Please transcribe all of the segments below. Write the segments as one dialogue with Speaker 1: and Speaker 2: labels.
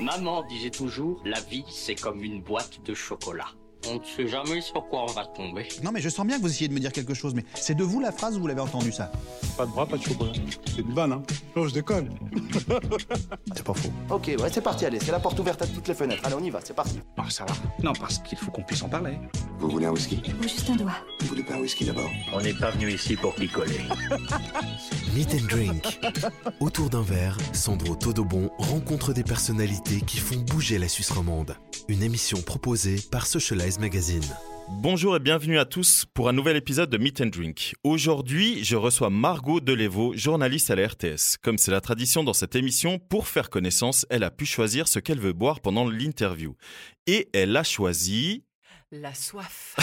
Speaker 1: Maman disait toujours, la vie c'est comme une boîte de chocolat. On ne sait jamais sur quoi on va tomber.
Speaker 2: Non, mais je sens bien que vous essayez de me dire quelque chose, mais c'est de vous la phrase ou vous l'avez entendu ça
Speaker 3: Pas de bras, pas de chocolat. C'est une vanne, hein Non, je déconne.
Speaker 2: C'est pas faux.
Speaker 4: Ok, ouais, c'est parti, allez, c'est la porte ouverte à toutes les fenêtres. Allez, on y va, c'est parti.
Speaker 5: Non, ça va. Non, parce qu'il faut qu'on puisse en parler.
Speaker 6: Vous voulez un whisky
Speaker 7: Ou juste un doigt.
Speaker 6: Vous voulez pas un whisky d'abord
Speaker 8: On n'est pas venu ici pour picoler.
Speaker 9: Meet and Drink. Autour d'un verre, Sandro Todobon rencontre des personnalités qui font bouger la Suisse romande. Une émission proposée par Socialize Magazine.
Speaker 10: Bonjour et bienvenue à tous pour un nouvel épisode de Meet and Drink. Aujourd'hui, je reçois Margot Delevo, journaliste à la RTS. Comme c'est la tradition dans cette émission, pour faire connaissance, elle a pu choisir ce qu'elle veut boire pendant l'interview. Et elle a choisi...
Speaker 11: La soif.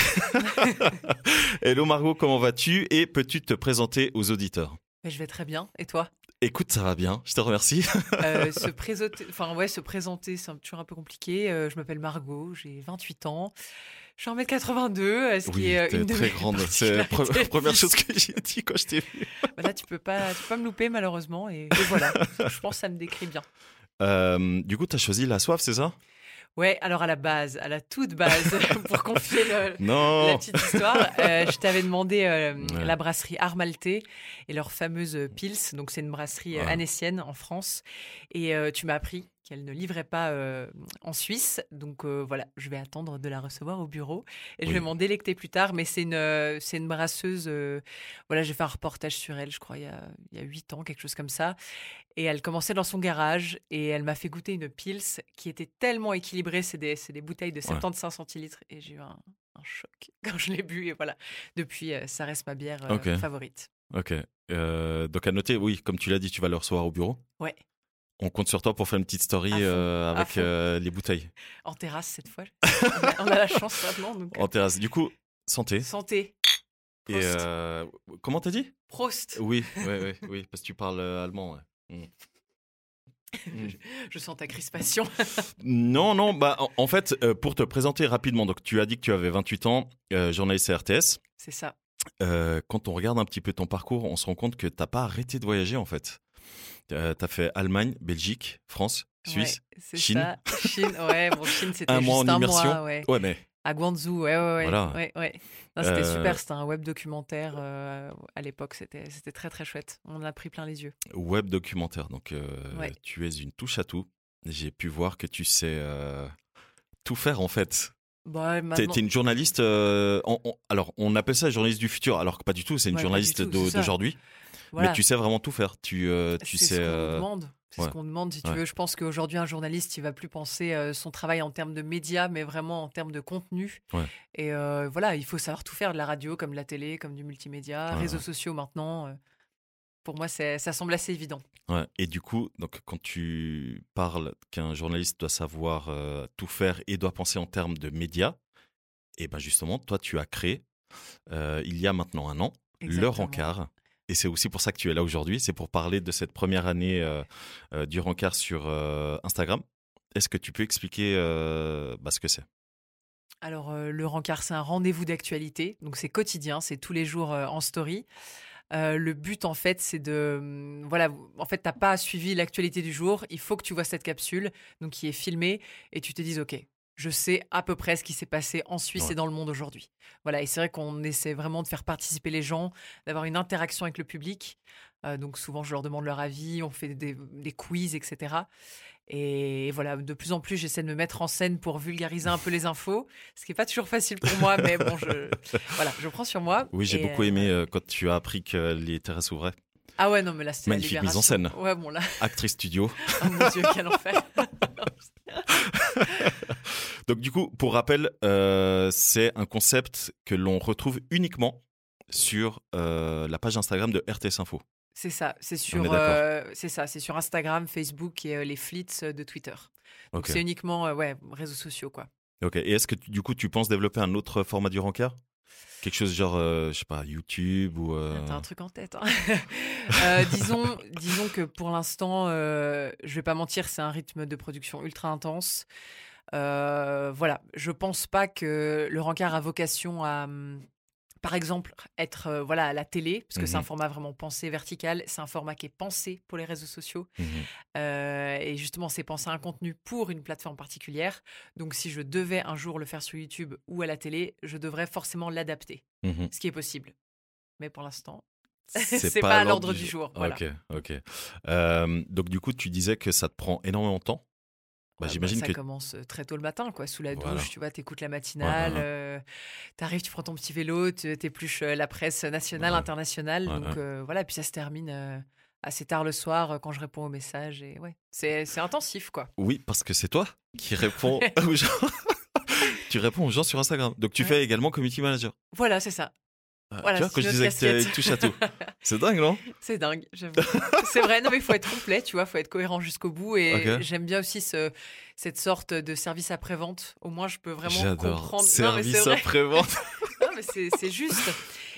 Speaker 10: Hello Margot, comment vas-tu et peux-tu te présenter aux auditeurs
Speaker 11: Mais je vais très bien. Et toi
Speaker 10: Écoute, ça va bien, je te remercie.
Speaker 11: Euh, se, présenter, enfin, ouais, se présenter, c'est toujours un peu compliqué. Euh, je m'appelle Margot, j'ai 28 ans. Je suis en 1m82, ce qui
Speaker 10: Oui,
Speaker 11: est euh,
Speaker 10: t'es
Speaker 11: une de
Speaker 10: très
Speaker 11: mes
Speaker 10: grande. C'est la pre-
Speaker 11: particularités
Speaker 10: première chose
Speaker 11: physiques.
Speaker 10: que j'ai dit quand je t'ai vu.
Speaker 11: Bah là, tu peux pas, tu peux pas me louper malheureusement. Et, et voilà, je pense que ça me décrit bien.
Speaker 10: Euh, du coup, t'as choisi la soif, c'est ça
Speaker 11: Ouais, alors à la base, à la toute base, pour confier le- la
Speaker 10: Non.
Speaker 11: petite histoire, euh, je t'avais demandé euh,
Speaker 10: Oh. Ouais.
Speaker 11: la brasserie Armalté et leur fameuse euh, Pils. Donc, c'est une brasserie euh,
Speaker 10: Ouais.
Speaker 11: annécienne en France. Et euh, tu m'as appris qu'elle ne livrait pas euh, en Suisse. Donc, euh, voilà, je vais attendre de la recevoir au bureau et je
Speaker 10: Oui.
Speaker 11: vais m'en délecter plus tard. Mais c'est une, euh, c'est une brasseuse. euh, voilà, j'ai fait un reportage sur elle, je crois, il y a- il y a huit ans, quelque chose comme ça. Et elle commençait dans son garage et elle m'a fait goûter une Pils qui était tellement équilibrée. C'est des, c'est des bouteilles de 75 centilitres et j'ai eu un, un choc quand je l'ai bu. Et voilà, depuis, euh, ça reste ma bière euh,
Speaker 10: Ok.
Speaker 11: favorite.
Speaker 10: Ok. Euh, donc à noter, oui, comme tu l'as dit, tu vas le recevoir au bureau.
Speaker 11: Ouais.
Speaker 10: On compte sur toi pour faire une petite story
Speaker 11: À fond,
Speaker 10: euh,
Speaker 11: à
Speaker 10: avec
Speaker 11: fond.
Speaker 10: euh, les bouteilles
Speaker 11: En terrasse cette fois. on, a, on a la chance maintenant. Donc,
Speaker 10: en terrasse. Du coup, santé.
Speaker 11: santé.
Speaker 10: Et
Speaker 11: Prost.
Speaker 10: euh, comment t'as dit
Speaker 11: Prost.
Speaker 10: Oui, oui, oui, oui, parce que tu parles euh, allemand. ouais.
Speaker 11: Je, je sens ta crispation.
Speaker 10: Non, non, bah en, en fait, euh, pour te présenter rapidement, donc tu as dit que tu avais 28 ans, euh, journaliste à RTS.
Speaker 11: C'est ça.
Speaker 10: Euh, quand on regarde un petit peu ton parcours, on se rend compte que t'as pas arrêté de voyager en fait. Euh, t'as fait Allemagne, Belgique, France, Suisse.
Speaker 11: Ouais, c'est
Speaker 10: Chine.
Speaker 11: ça. Chine. Ouais, bon, Chine, c'était
Speaker 10: Un
Speaker 11: juste
Speaker 10: mois en
Speaker 11: un
Speaker 10: immersion.
Speaker 11: mois. Ouais.
Speaker 10: Ouais, mais
Speaker 11: À Guangzhou, ouais, ouais, ouais.
Speaker 10: Voilà.
Speaker 11: ouais, ouais. Non, c'était
Speaker 10: Euh,
Speaker 11: super, c'était un web documentaire euh, à l'époque, c'était c'était très très chouette. On en a pris plein les yeux.
Speaker 10: web documentaire. Donc, euh,
Speaker 11: Ouais.
Speaker 10: tu es une touche à tout. J'ai pu voir que tu sais euh, tout faire en fait.
Speaker 11: Bah,
Speaker 10: T'es
Speaker 11: maintenant-
Speaker 10: t'es une journaliste. euh, on- on- alors, on appelle ça journaliste du futur, alors que pas du tout. C'est une
Speaker 11: Ouais, pas du
Speaker 10: journaliste
Speaker 11: tout,
Speaker 10: d'au-
Speaker 11: c'est ça.
Speaker 10: d'aujourd'hui.
Speaker 11: voilà,
Speaker 10: Mais tu sais vraiment tout faire. Tu, euh, tu
Speaker 11: c'est
Speaker 10: sais.
Speaker 11: ce qu'on nous
Speaker 10: euh,
Speaker 11: demande. C'est
Speaker 10: ouais.
Speaker 11: ce qu'on demande, si tu
Speaker 10: Ouais.
Speaker 11: veux. Je pense qu'aujourd'hui, un journaliste, il va plus penser euh, son travail en termes de médias, mais vraiment en termes de contenu.
Speaker 10: Ouais.
Speaker 11: Et euh, voilà, il faut savoir tout faire, de la radio, comme de la télé, comme du multimédia,
Speaker 10: Ouais,
Speaker 11: réseaux
Speaker 10: ouais.
Speaker 11: sociaux maintenant. euh, pour moi, c'est- ça semble assez évident.
Speaker 10: ouais. Et du coup, donc, quand tu parles qu'un journaliste doit savoir euh, tout faire et doit penser en termes de médias, et ben justement, toi, tu as créé euh, il y a maintenant un an le
Speaker 11: Exactement.
Speaker 10: rencard. Et c'est aussi pour ça que tu es là aujourd'hui, c'est pour parler de cette première année euh, euh, du rencard sur euh, Instagram. Est-ce que tu peux expliquer euh, bah, ce que c'est
Speaker 11: Alors, euh, le rencard, c'est un rendez-vous d'actualité. Donc, c'est quotidien, c'est tous les jours euh, en story. Euh, le but, en fait, c'est de. hum, Voilà, vous- en fait, t'as pas suivi l'actualité du jour. Il faut que tu vois cette capsule, donc qui est filmée, et tu te dises, OK, je sais à peu près ce qui s'est passé en Suisse
Speaker 10: Ouais.
Speaker 11: et dans le monde aujourd'hui. Voilà, et c'est vrai qu'on essaie vraiment de faire participer les gens, d'avoir une interaction avec le public. Euh, donc, souvent, je leur demande leur avis, on fait des, des quiz, etc. Et voilà, de plus en plus, j'essaie de me mettre en scène pour vulgariser un peu les infos, ce qui n'est pas toujours facile pour moi, mais bon, je, voilà, je prends sur moi.
Speaker 10: Oui, j'ai
Speaker 11: Et,
Speaker 10: beaucoup
Speaker 11: euh,
Speaker 10: aimé euh, quand tu as appris que les terrasses ouvraient.
Speaker 11: Ah ouais, non, mais là, c'était la
Speaker 10: Magnifique mise en
Speaker 11: libération.
Speaker 10: scène.
Speaker 11: Ouais, bon, là,
Speaker 10: Actrice studio.
Speaker 11: oh mon Dieu, quel enfer.
Speaker 10: Donc du coup, pour rappel, euh, c'est un concept que l'on retrouve uniquement sur euh, la page Instagram de RTS Info.
Speaker 11: C'est ça, c'est
Speaker 10: On est
Speaker 11: sur,
Speaker 10: d'accord.
Speaker 11: euh, c'est ça, c'est sur Instagram, Facebook et euh, les flits euh, de Twitter. Donc,
Speaker 10: Ok.
Speaker 11: c'est uniquement, euh, ouais, réseaux sociaux, quoi.
Speaker 10: Ok. Et est-ce que tu- du coup, tu penses développer un autre format du rencard Quelque chose genre, euh, je sais pas, YouTube ou... euh,
Speaker 11: T'as un truc en tête. hein. Euh, disons, disons que pour l'instant, euh, je vais pas mentir, c'est un rythme de production ultra intense. Euh, voilà, je pense pas que le rencard a vocation à hum, Par exemple, être euh, voilà à la télé, parce que c'est
Speaker 10: Mhm.
Speaker 11: un format vraiment pensé vertical, c'est un format qui est pensé pour les réseaux sociaux.
Speaker 10: Mhm.
Speaker 11: Euh, et justement, c'est penser à un contenu pour une plateforme particulière. Donc, si je devais un jour le faire sur YouTube ou à la télé, je devrais forcément l'adapter,
Speaker 10: Mhm.
Speaker 11: ce qui est possible. Mais pour l'instant, c'est pas, à l'ordre du jour. Voilà.
Speaker 10: Ok, Bah, ok. Euh, donc du coup, tu disais que ça te prend énormément de temps. Bah,
Speaker 11: Ouais,
Speaker 10: J'imagine
Speaker 11: Ah, ça
Speaker 10: que
Speaker 11: commence euh, très tôt le matin, quoi, sous la douche,
Speaker 10: Voilà.
Speaker 11: tu vois, t'écoutes la matinale,
Speaker 10: ouais.
Speaker 11: euh, t'arrives, tu prends ton petit vélo, tu- t'épluches euh, la presse nationale,
Speaker 10: Ouais.
Speaker 11: internationale,
Speaker 10: Ouais,
Speaker 11: donc euh, voilà, puis ça se termine euh, assez tard le soir euh, quand je réponds aux messages et ouais, c'est c'est intensif, quoi.
Speaker 10: oui, parce que c'est toi qui réponds aux gens. tu réponds aux gens sur Instagram. Donc tu
Speaker 11: Ouais.
Speaker 10: fais également community manager.
Speaker 11: Voilà, c'est ça.
Speaker 10: Ah,
Speaker 11: Voilà,
Speaker 10: tu vois
Speaker 11: c'est
Speaker 10: quand je
Speaker 11: une
Speaker 10: disais
Speaker 11: autre
Speaker 10: que tu
Speaker 11: casquette.
Speaker 10: touches à tout. C'est dingue, non
Speaker 11: C'est dingue, j'avoue. c'est vrai, non mais il faut être complet, tu vois, faut être cohérent jusqu'au bout et
Speaker 10: Ok.
Speaker 11: j'aime bien aussi ce, cette sorte de service après-vente. Au moins, je peux vraiment
Speaker 10: J'adore.
Speaker 11: comprendre. Non, mais c'est
Speaker 10: Service
Speaker 11: vrai.
Speaker 10: après-vente.
Speaker 11: Non, mais c'est c'est juste.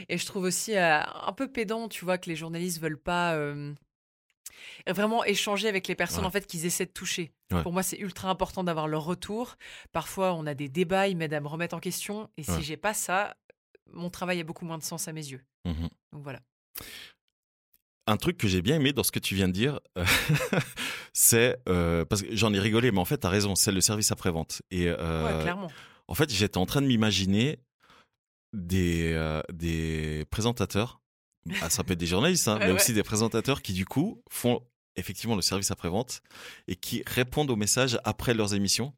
Speaker 11: Et je trouve aussi euh, un peu pédant, tu vois, que les journalistes veulent pas euh, vraiment échanger avec les personnes
Speaker 10: Ouais.
Speaker 11: en fait qu'ils essaient de toucher.
Speaker 10: Ouais.
Speaker 11: Pour moi, c'est ultra important d'avoir leur retour. Parfois, on a des débats, ils m'aident à me remettre en question. Et si
Speaker 10: Ouais.
Speaker 11: j'ai pas ça, mon travail a beaucoup moins de sens à mes yeux.
Speaker 10: Mhm.
Speaker 11: Donc voilà.
Speaker 10: un truc que j'ai bien aimé dans ce que tu viens de dire, euh, c'est euh, parce que j'en ai rigolé, mais en fait, t'as raison, c'est le service après-vente. Et
Speaker 11: Ouais,
Speaker 10: euh,
Speaker 11: clairement.
Speaker 10: en fait, j'étais en train de m'imaginer des, euh, des présentateurs, ah, ça peut être des journalistes, hein,
Speaker 11: Ouais,
Speaker 10: mais
Speaker 11: ouais.
Speaker 10: aussi des présentateurs qui, du coup, font effectivement le service après-vente et qui répondent aux messages après leurs émissions.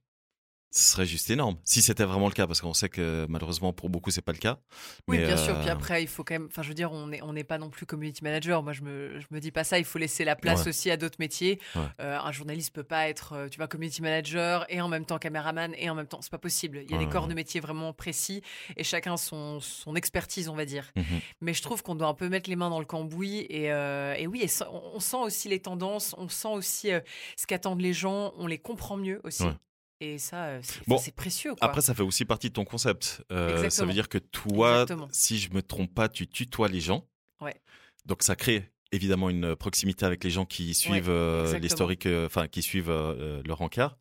Speaker 10: Ce serait juste énorme, si c'était vraiment le cas, parce qu'on sait que malheureusement, pour beaucoup, c'est pas le cas.
Speaker 11: Oui,
Speaker 10: Mais,
Speaker 11: bien sûr.
Speaker 10: euh,
Speaker 11: Puis après, il faut quand même. Enfin, je veux dire, on n'est on n'est pas non plus community manager. Moi, je me, je me dis pas ça. Il faut laisser la place
Speaker 10: Ouais.
Speaker 11: aussi à d'autres métiers.
Speaker 10: Ouais.
Speaker 11: Euh, un journaliste peut pas être, euh, tu vois, community manager et en même temps caméraman et en même temps. C'est pas possible. Il y a
Speaker 10: Ouais,
Speaker 11: des corps
Speaker 10: ouais.
Speaker 11: de métier vraiment précis et chacun son, son expertise, on va dire.
Speaker 10: Mhm.
Speaker 11: Mais je trouve qu'on doit un peu mettre les mains dans le cambouis. Et, euh, et oui, et ça- on, on sent aussi les tendances, on sent aussi euh, ce qu'attendent les gens, on les comprend mieux aussi.
Speaker 10: Ouais.
Speaker 11: Et ça, euh, c'est
Speaker 10: Bon,
Speaker 11: enfin, c'est précieux. Quoi.
Speaker 10: Après, ça fait aussi partie de ton concept. Euh, ça
Speaker 11: Exactement.
Speaker 10: veut dire que toi,
Speaker 11: Exactement.
Speaker 10: si je me trompe pas, tu tutoies les gens.
Speaker 11: Ouais.
Speaker 10: Donc ça crée évidemment une proximité avec les gens qui suivent euh,
Speaker 11: exactement.
Speaker 10: l'historique, euh, enfin qui suivent euh, euh, leur encart.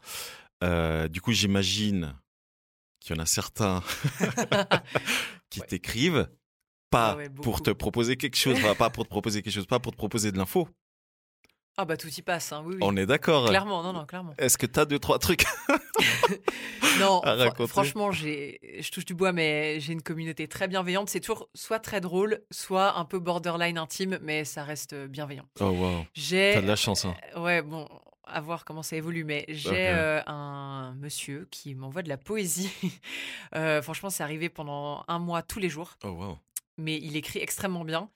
Speaker 10: Euh, du coup, j'imagine qu'il y en a certains qui
Speaker 11: Ouais.
Speaker 10: t'écrivent pas
Speaker 11: Ah ouais,
Speaker 10: pour
Speaker 11: beaucoup.
Speaker 10: te proposer quelque chose, enfin, pas pour te proposer quelque chose, pas pour te proposer de l'info.
Speaker 11: ah, bah tout y passe. hein, oui, oui.
Speaker 10: On est d'accord.
Speaker 11: Clairement, non, non, clairement.
Speaker 10: Est-ce que tu as deux trois trucs
Speaker 11: Non,
Speaker 10: à
Speaker 11: fr-
Speaker 10: raconter.
Speaker 11: franchement, j'ai, je touche du bois, mais j'ai une communauté très bienveillante. C'est toujours soit très drôle, soit un peu borderline intime, mais ça reste euh, bienveillant.
Speaker 10: Oh wow,
Speaker 11: J'ai, euh,
Speaker 10: t'as de la chance. hein.
Speaker 11: ouais, bon, à voir comment ça évolue, mais j'ai
Speaker 10: Ok.
Speaker 11: euh, un monsieur qui m'envoie de la poésie. Euh, franchement, c'est arrivé pendant un mois tous les jours,
Speaker 10: Oh wow.
Speaker 11: mais il écrit extrêmement bien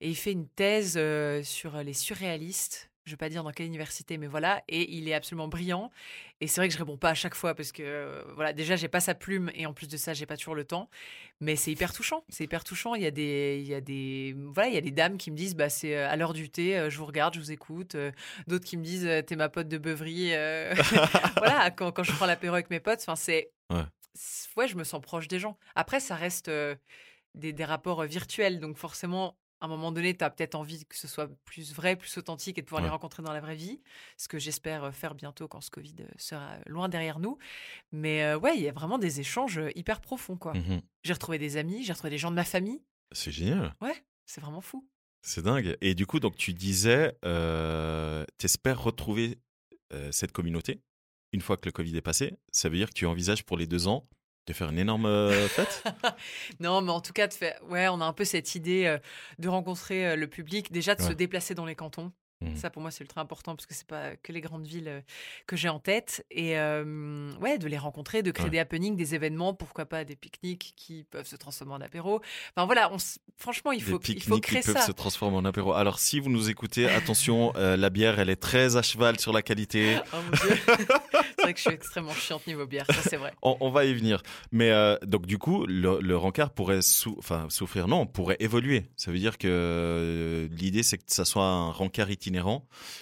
Speaker 11: et il fait une thèse euh, sur les surréalistes. Je ne vais pas dire dans quelle université, mais voilà. Et il est absolument brillant. Et c'est vrai que je réponds pas à chaque fois parce que euh, voilà, déjà j'ai pas sa plume et en plus de ça j'ai pas toujours le temps. Mais c'est hyper touchant. C'est hyper touchant. Il y a des, il y a des, voilà, il y a des dames qui me disent bah c'est euh, à l'heure du thé, euh, je vous regarde, je vous écoute. Euh, D'autres qui me disent euh, t'es ma pote de beuverie. euh. voilà, quand, quand je prends l'apéro avec mes potes, enfin c'est,
Speaker 10: Ouais.
Speaker 11: c'est- ouais, je me sens proche des gens. Après ça reste euh, des, des rapports euh, virtuels, donc forcément. À un moment donné, tu as peut-être envie que ce soit plus vrai, plus authentique et de pouvoir les
Speaker 10: Ouais.
Speaker 11: rencontrer dans la vraie vie ce que j'espère euh, faire bientôt quand ce Covid euh, sera loin derrière nous. Mais euh, ouais, il y a vraiment des échanges euh, hyper profonds, quoi.
Speaker 10: Mhm.
Speaker 11: J'ai retrouvé des amis, j'ai retrouvé des gens de ma famille.
Speaker 10: C'est génial.
Speaker 11: C'est vraiment fou.
Speaker 10: C'est dingue. Et du coup, donc tu disais, euh, t'espères retrouver euh, cette communauté une fois que le Covid est passé. Ça veut dire que tu envisages pour les deux ans de faire une énorme euh, fête.
Speaker 11: Non, mais en tout cas, de faire... ouais, on a un peu cette idée euh, de rencontrer euh, le public, déjà de se
Speaker 10: Ouais.
Speaker 11: déplacer dans les cantons.
Speaker 10: Mhm.
Speaker 11: Ça, pour moi, c'est ultra important parce que c'est pas que les grandes villes euh, que j'ai en tête. Et euh, ouais, de les rencontrer, de créer
Speaker 10: Ouais.
Speaker 11: des happenings, des événements, pourquoi pas des pique-niques qui peuvent se transformer en apéro. Enfin voilà, on s- franchement, il faut,
Speaker 10: Des
Speaker 11: il faut
Speaker 10: pique-niques qui
Speaker 11: créer
Speaker 10: peuvent
Speaker 11: ça.
Speaker 10: se transformer en apéro. Alors, si vous nous écoutez, attention, euh, la bière, elle est très à cheval sur la qualité.
Speaker 11: Oh mon dieu. c'est vrai que je suis extrêmement chiante niveau bière, ça c'est vrai.
Speaker 10: On, on va y venir. Mais euh, donc, du coup, le, le rencard pourrait sou- enfin, souffrir, non, pourrait évoluer. Ça veut dire que euh, l'idée, c'est que ça soit un rencard itinérant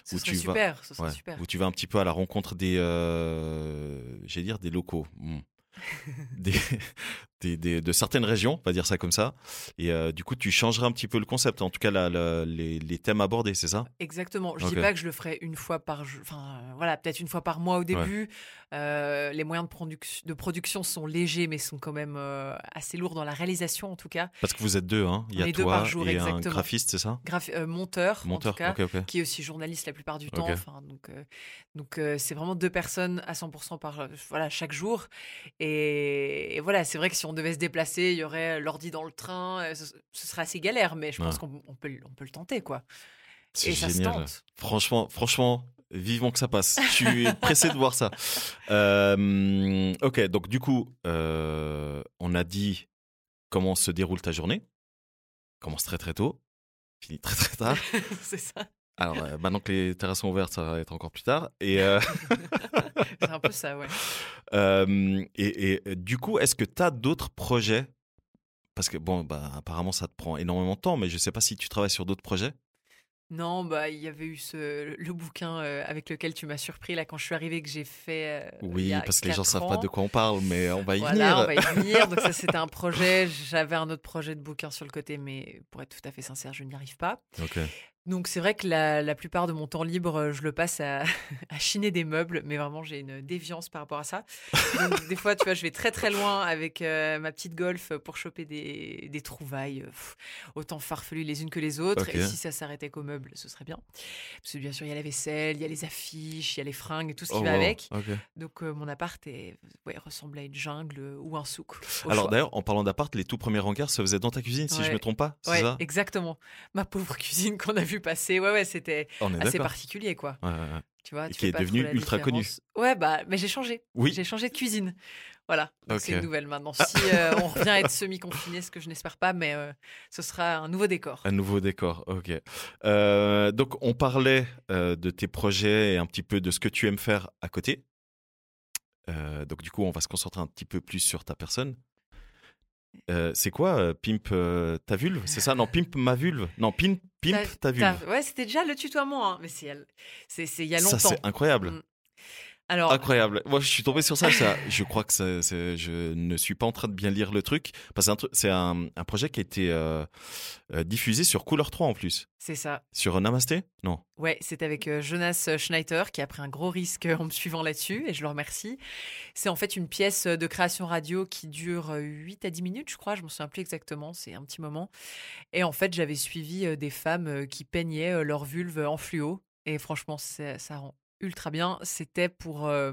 Speaker 11: Ce
Speaker 10: Où
Speaker 11: serait
Speaker 10: tu vas-
Speaker 11: super, ce serait
Speaker 10: Ouais,
Speaker 11: super.
Speaker 10: Où tu vas un petit peu à la rencontre des, euh, j'allais dire des locaux. Hmm. des, des- des- de certaines régions, on va dire ça comme ça. Et euh, du coup, tu changerais un petit peu le concept, en tout cas la- la- les, les thèmes abordés, c'est ça
Speaker 11: Exactement. Je
Speaker 10: Ok.
Speaker 11: dis pas que je le ferai une fois par jour. Enfin, euh, voilà, peut-être une fois par mois au début. Euh, les moyens de, produc- de production sont légers, mais sont quand même euh, assez lourds dans la réalisation, en tout cas.
Speaker 10: Parce que vous êtes deux, hein Il y a
Speaker 11: On est deux
Speaker 10: toi
Speaker 11: par jour,
Speaker 10: et un
Speaker 11: exactement.
Speaker 10: graphiste, c'est ça
Speaker 11: Graphi- euh, monteur, en
Speaker 10: Monteur,
Speaker 11: tout cas,
Speaker 10: ok, ok.
Speaker 11: qui est aussi journaliste la plupart du
Speaker 10: Ok.
Speaker 11: temps. Enfin, donc, euh, donc euh, c'est vraiment deux personnes à 100% par euh, voilà chaque jour. Et, et voilà, c'est vrai que si on devait se déplacer, il y aurait euh, l'ordi dans le train. euh, Ce, ce serait assez galère, mais je pense
Speaker 10: Ouais.
Speaker 11: qu'on on peut, le- on peut le tenter, quoi.
Speaker 10: C'est
Speaker 11: Et ça se
Speaker 10: génial.
Speaker 11: tente.
Speaker 10: Franchement, franchement, vivement que ça passe. Je suis pressé de voir ça. Euh, ok, donc du coup, euh, on a dit comment se déroule ta journée. Commence très très tôt, finit très très tard.
Speaker 11: c'est ça.
Speaker 10: Alors euh, maintenant que les terrasses sont ouvertes, ça va être encore plus tard. Et, euh,
Speaker 11: C'est un peu ça, ouais.
Speaker 10: euh, et, et, euh, du coup, est-ce que tu as d'autres projets Parce que bon, bah, apparemment, ça te prend énormément de temps, mais je sais pas si tu travailles sur d'autres projets.
Speaker 11: Non, bah il y avait eu ce, le bouquin euh, avec lequel tu m'as surpris là quand je suis arrivée que j'ai fait. euh, il
Speaker 10: Oui,
Speaker 11: y a
Speaker 10: parce que les gens
Speaker 11: quatre
Speaker 10: savent pas
Speaker 11: ans.
Speaker 10: de quoi on parle, mais on va y
Speaker 11: Voilà, on
Speaker 10: venir.
Speaker 11: va y venir. Donc ça, c'était un projet. J'avais un autre projet de bouquin sur le côté, mais pour être tout à fait sincère, je n'y arrive pas.
Speaker 10: Ok.
Speaker 11: Donc c'est vrai que la, la plupart de mon temps libre, euh, je le passe à, à chiner des meubles, mais vraiment j'ai une déviance par rapport à ça. Donc, des fois, tu vois, je vais très très loin avec euh, ma petite golf pour choper des, des trouvailles, euh, pff, autant farfelues les unes que les autres.
Speaker 10: Ok.
Speaker 11: Et si ça s'arrêtait qu'aux meubles, ce serait bien. Parce que bien sûr, il y a la vaisselle, il y a les affiches, il y a les fringues, tout ce qui
Speaker 10: Oh,
Speaker 11: va
Speaker 10: wow.
Speaker 11: avec.
Speaker 10: Ok.
Speaker 11: Donc euh, mon appart est, ouais, ressemble à une jungle euh, ou un souk. au
Speaker 10: Alors
Speaker 11: choix.
Speaker 10: d'ailleurs, en parlant d'appart, les tout premiers hangars se faisaient dans ta cuisine, si je
Speaker 11: Ouais.
Speaker 10: me trompe pas, c'est
Speaker 11: Ouais,
Speaker 10: ça
Speaker 11: exactement. Ma pauvre cuisine qu'on a vu passer, ouais, ouais, c'était
Speaker 10: On est
Speaker 11: assez
Speaker 10: d'accord.
Speaker 11: particulier, quoi.
Speaker 10: Ouais, ouais, ouais.
Speaker 11: Tu vois,
Speaker 10: Et
Speaker 11: tu
Speaker 10: qui
Speaker 11: fais
Speaker 10: est
Speaker 11: pas trop
Speaker 10: devenue
Speaker 11: la
Speaker 10: ultra connue.
Speaker 11: différence. Ouais, bah, mais j'ai changé.
Speaker 10: Oui.
Speaker 11: J'ai changé de cuisine. Voilà, Donc, c'est
Speaker 10: Ok. Ah.
Speaker 11: une nouvelle maintenant. Si euh, on revient à être semi-confiné, ce que je n'espère pas, mais euh, ce sera un nouveau décor.
Speaker 10: Un nouveau décor, ok. Euh, donc on parlait euh, de tes projets et un petit peu de ce que tu aimes faire à côté. Euh, donc du coup, on va se concentrer un petit peu plus sur ta personne. Euh, c'est quoi euh, Pimp euh, ta vulve C'est ça Non, Pimp ma vulve. Non, Pimp, pimp ta vulve.
Speaker 11: T'as- Ouais, c'était déjà le tutoiement, hein. mais c'est il y a- c'est- c'est il y a longtemps.
Speaker 10: ça, c'est incroyable.
Speaker 11: Mm. Alors,
Speaker 10: Incroyable. Moi, je suis tombé sur ça. ça. Je crois que ça- c'est- je ne suis pas en train de bien lire le truc. Parce que c'est un truc- c'est un, un projet qui a été euh, euh, diffusé sur Couleur 3 en plus.
Speaker 11: c'est ça.
Speaker 10: Sur Namasté Non.
Speaker 11: Ouais, c'est avec euh, Jonas Schneider qui a pris un gros risque euh, en me suivant là-dessus et je le remercie. C'est en fait une pièce euh, de création radio qui dure euh, 8 à 10 minutes, je crois, je me souviens plus exactement, c'est un petit moment. Et en fait, j'avais suivi euh, des femmes euh, qui peignaient euh, leur vulve en fluo et franchement, c'est- ça rend ultra bien. C'était pour euh,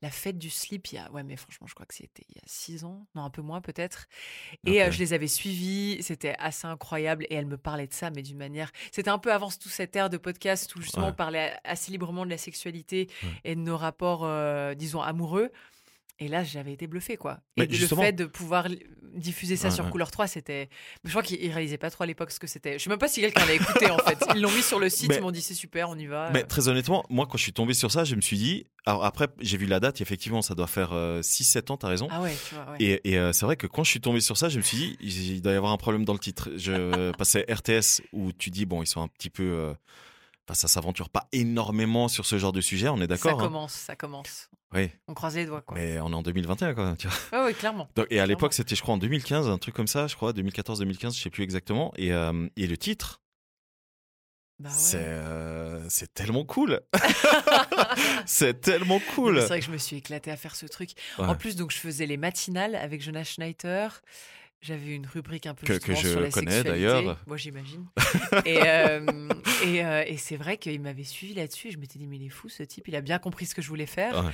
Speaker 11: la fête du slip il y a ouais, mais franchement, je crois que c'était il y a 6 ans, non, un peu moins peut-être. Et
Speaker 10: Ok.
Speaker 11: euh, je les avais suivies, c'était assez incroyable. Et elles me parlaient de ça, mais d'une manière. C'était un peu avant tout cette ère de podcast où justement
Speaker 10: Ouais.
Speaker 11: on parlait a- assez librement de la sexualité
Speaker 10: Ouais.
Speaker 11: et de nos rapports, euh, disons, amoureux. Et là, j'avais été bluffée, quoi.
Speaker 10: Mais
Speaker 11: et de-
Speaker 10: justement-
Speaker 11: le fait de pouvoir li- diffuser ça
Speaker 10: Ouais,
Speaker 11: sur
Speaker 10: ouais.
Speaker 11: Couleur 3, c'était. Je crois qu'ils ils réalisaient pas trop à l'époque ce que c'était. Je sais même pas si quelqu'un l'a écouté, en fait. Ils l'ont mis sur le site,
Speaker 10: Mais-
Speaker 11: ils m'ont dit c'est super, on y va.
Speaker 10: Mais très honnêtement, moi, quand je suis tombé sur ça, je me suis dit. Alors après, j'ai vu la date. et Effectivement, ça doit faire 6-7 ans, t'as raison.
Speaker 11: Ah ouais, tu vois, ouais.
Speaker 10: Et, et, euh, c'est vrai que quand je suis tombé sur ça, je me suis dit, il, il doit y avoir un problème dans le titre. Je passais RTS où tu dis, bon, ils sont un petit peu. euh, Enfin, ça s'aventure pas énormément sur ce genre de sujet, on est
Speaker 11: ça
Speaker 10: d'accord hein.
Speaker 11: commence, ça commence.
Speaker 10: Oui,
Speaker 11: On croise les doigts, quoi.
Speaker 10: mais on est en 2021 quand même, tu vois.
Speaker 11: Ouais, ouais, clairement.
Speaker 10: Donc, et à
Speaker 11: Clairement.
Speaker 10: l'époque, c'était, je crois, en 2015, un truc comme ça, je crois, 2014-2015, je sais plus exactement. Et, euh, et le titre,
Speaker 11: Bah ouais.
Speaker 10: c'est, euh, c'est tellement cool. c'est tellement cool.
Speaker 11: Mais C'est vrai que je me suis éclatée à faire ce truc.
Speaker 10: Ouais.
Speaker 11: En plus, donc, je faisais les matinales avec Jonas Schneider. J'avais une rubrique un peu
Speaker 10: Que-
Speaker 11: justement
Speaker 10: que je
Speaker 11: sur la
Speaker 10: connais,
Speaker 11: sexualité.
Speaker 10: d'ailleurs.
Speaker 11: Moi, j'imagine. et euh, et, euh, et c'est vrai qu'il m'avait suivi là-dessus. et Je m'étais dit, mais il est fou ce type. Il a bien compris ce que je voulais faire.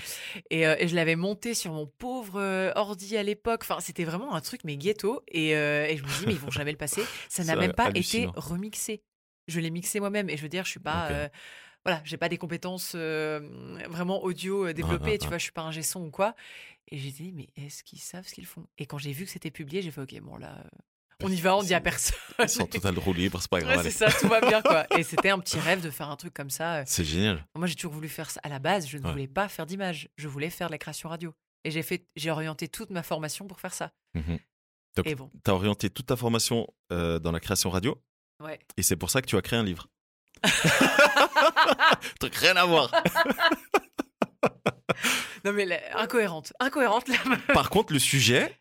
Speaker 11: Et, euh, et je l'avais monté sur mon pauvre euh, ordi à l'époque. Enfin, c'était vraiment un truc, mais ghetto. Et, euh, et je me dis, mais ils vont jamais le passer. Ça n'a
Speaker 10: C'est
Speaker 11: même pas été
Speaker 10: hallucinant.
Speaker 11: remixé. Je l'ai mixé moi-même. Et je veux dire, je suis pas.
Speaker 10: Ok.
Speaker 11: euh, voilà, j'ai pas des compétences euh, vraiment audio euh, développées,
Speaker 10: ouais,
Speaker 11: tu
Speaker 10: ouais.
Speaker 11: vois, je suis pas un gesson ou quoi. Et j'ai dit, mais est-ce qu'ils savent ce qu'ils font Et quand j'ai vu que c'était publié, j'ai fait, ok, bon là, euh, on y va, on dit à personne.
Speaker 10: Bah, Ils sont en total roue libre, c'est pas grave.
Speaker 11: Ouais,
Speaker 10: allez.
Speaker 11: c'est ça, tout va bien quoi. Et c'était un petit rêve de faire un truc comme ça.
Speaker 10: c'est génial.
Speaker 11: Moi, j'ai toujours voulu faire ça. À la base, je ne
Speaker 10: Ouais.
Speaker 11: voulais pas faire d'image, je voulais faire de la création radio. Et j'ai fait, j'ai orienté toute ma formation pour faire ça.
Speaker 10: Mhm. Donc,
Speaker 11: Et bon,
Speaker 10: T'as orienté toute ta formation euh, dans la création radio
Speaker 11: ouais.
Speaker 10: et c'est pour ça que tu as créé un livre. truc rien à voir.
Speaker 11: Non, mais la- incohérente. Incohérente, la meuf.
Speaker 10: Par contre, le sujet,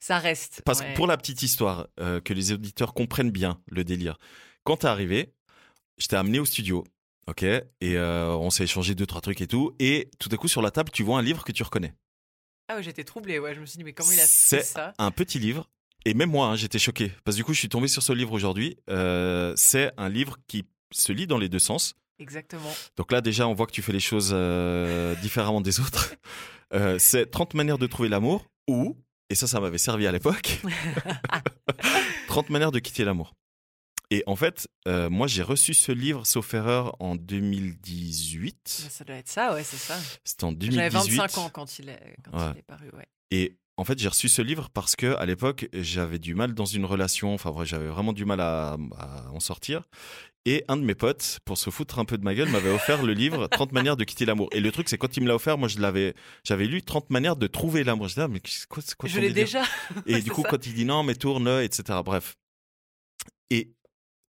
Speaker 11: Ça reste.
Speaker 10: Parce
Speaker 11: ouais.
Speaker 10: que pour la petite histoire, euh, que les auditeurs comprennent bien le délire, quand t'es arrivé, je t'ai amené au studio, ok Et euh, on s'est échangé deux, trois trucs et tout. Et tout à coup, sur la table, tu vois un livre que tu reconnais.
Speaker 11: Ah ouais, j'étais troublée. Ouais, je me suis dit, mais comment il a
Speaker 10: C'est-
Speaker 11: fait ça
Speaker 10: Un petit livre. Et même moi, hein, j'étais choqué. Parce que du coup, je suis tombé sur ce livre aujourd'hui. Euh, c'est un livre qui se lit dans les deux sens.
Speaker 11: Exactement.
Speaker 10: Donc là, déjà, on voit que tu fais les choses euh, différemment des autres. Euh, c'est 30 manières de trouver l'amour ou, et ça, ça m'avait servi à l'époque, 30 manières de quitter l'amour. Et en fait, euh, moi, j'ai reçu ce livre, sauf erreur, en 2018.
Speaker 11: Bah, Ça doit être ça, ouais, c'est ça.
Speaker 10: C'était en
Speaker 11: J'avais
Speaker 10: 2018.
Speaker 11: 25 ans quand il est, quand
Speaker 10: Ouais.
Speaker 11: il est paru, ouais.
Speaker 10: Et en fait, j'ai reçu ce livre parce que à l'époque, j'avais du mal dans une relation. Enfin, vrai, j'avais vraiment du mal à, à en sortir. Et un de mes potes, pour se foutre un peu de ma gueule, m'avait offert le livre 30 manières de quitter l'amour. Et le truc, c'est quand il me l'a offert, moi, je l'avais, j'avais lu 30 manières de trouver l'amour. Je disais, ah, mais c'est quoi, c'est quoi
Speaker 11: Je
Speaker 10: ton
Speaker 11: l'ai
Speaker 10: délire
Speaker 11: déjà.
Speaker 10: Et
Speaker 11: c'est
Speaker 10: du coup,
Speaker 11: ça.
Speaker 10: quand il dit non, mais tourne, etc. Bref. Et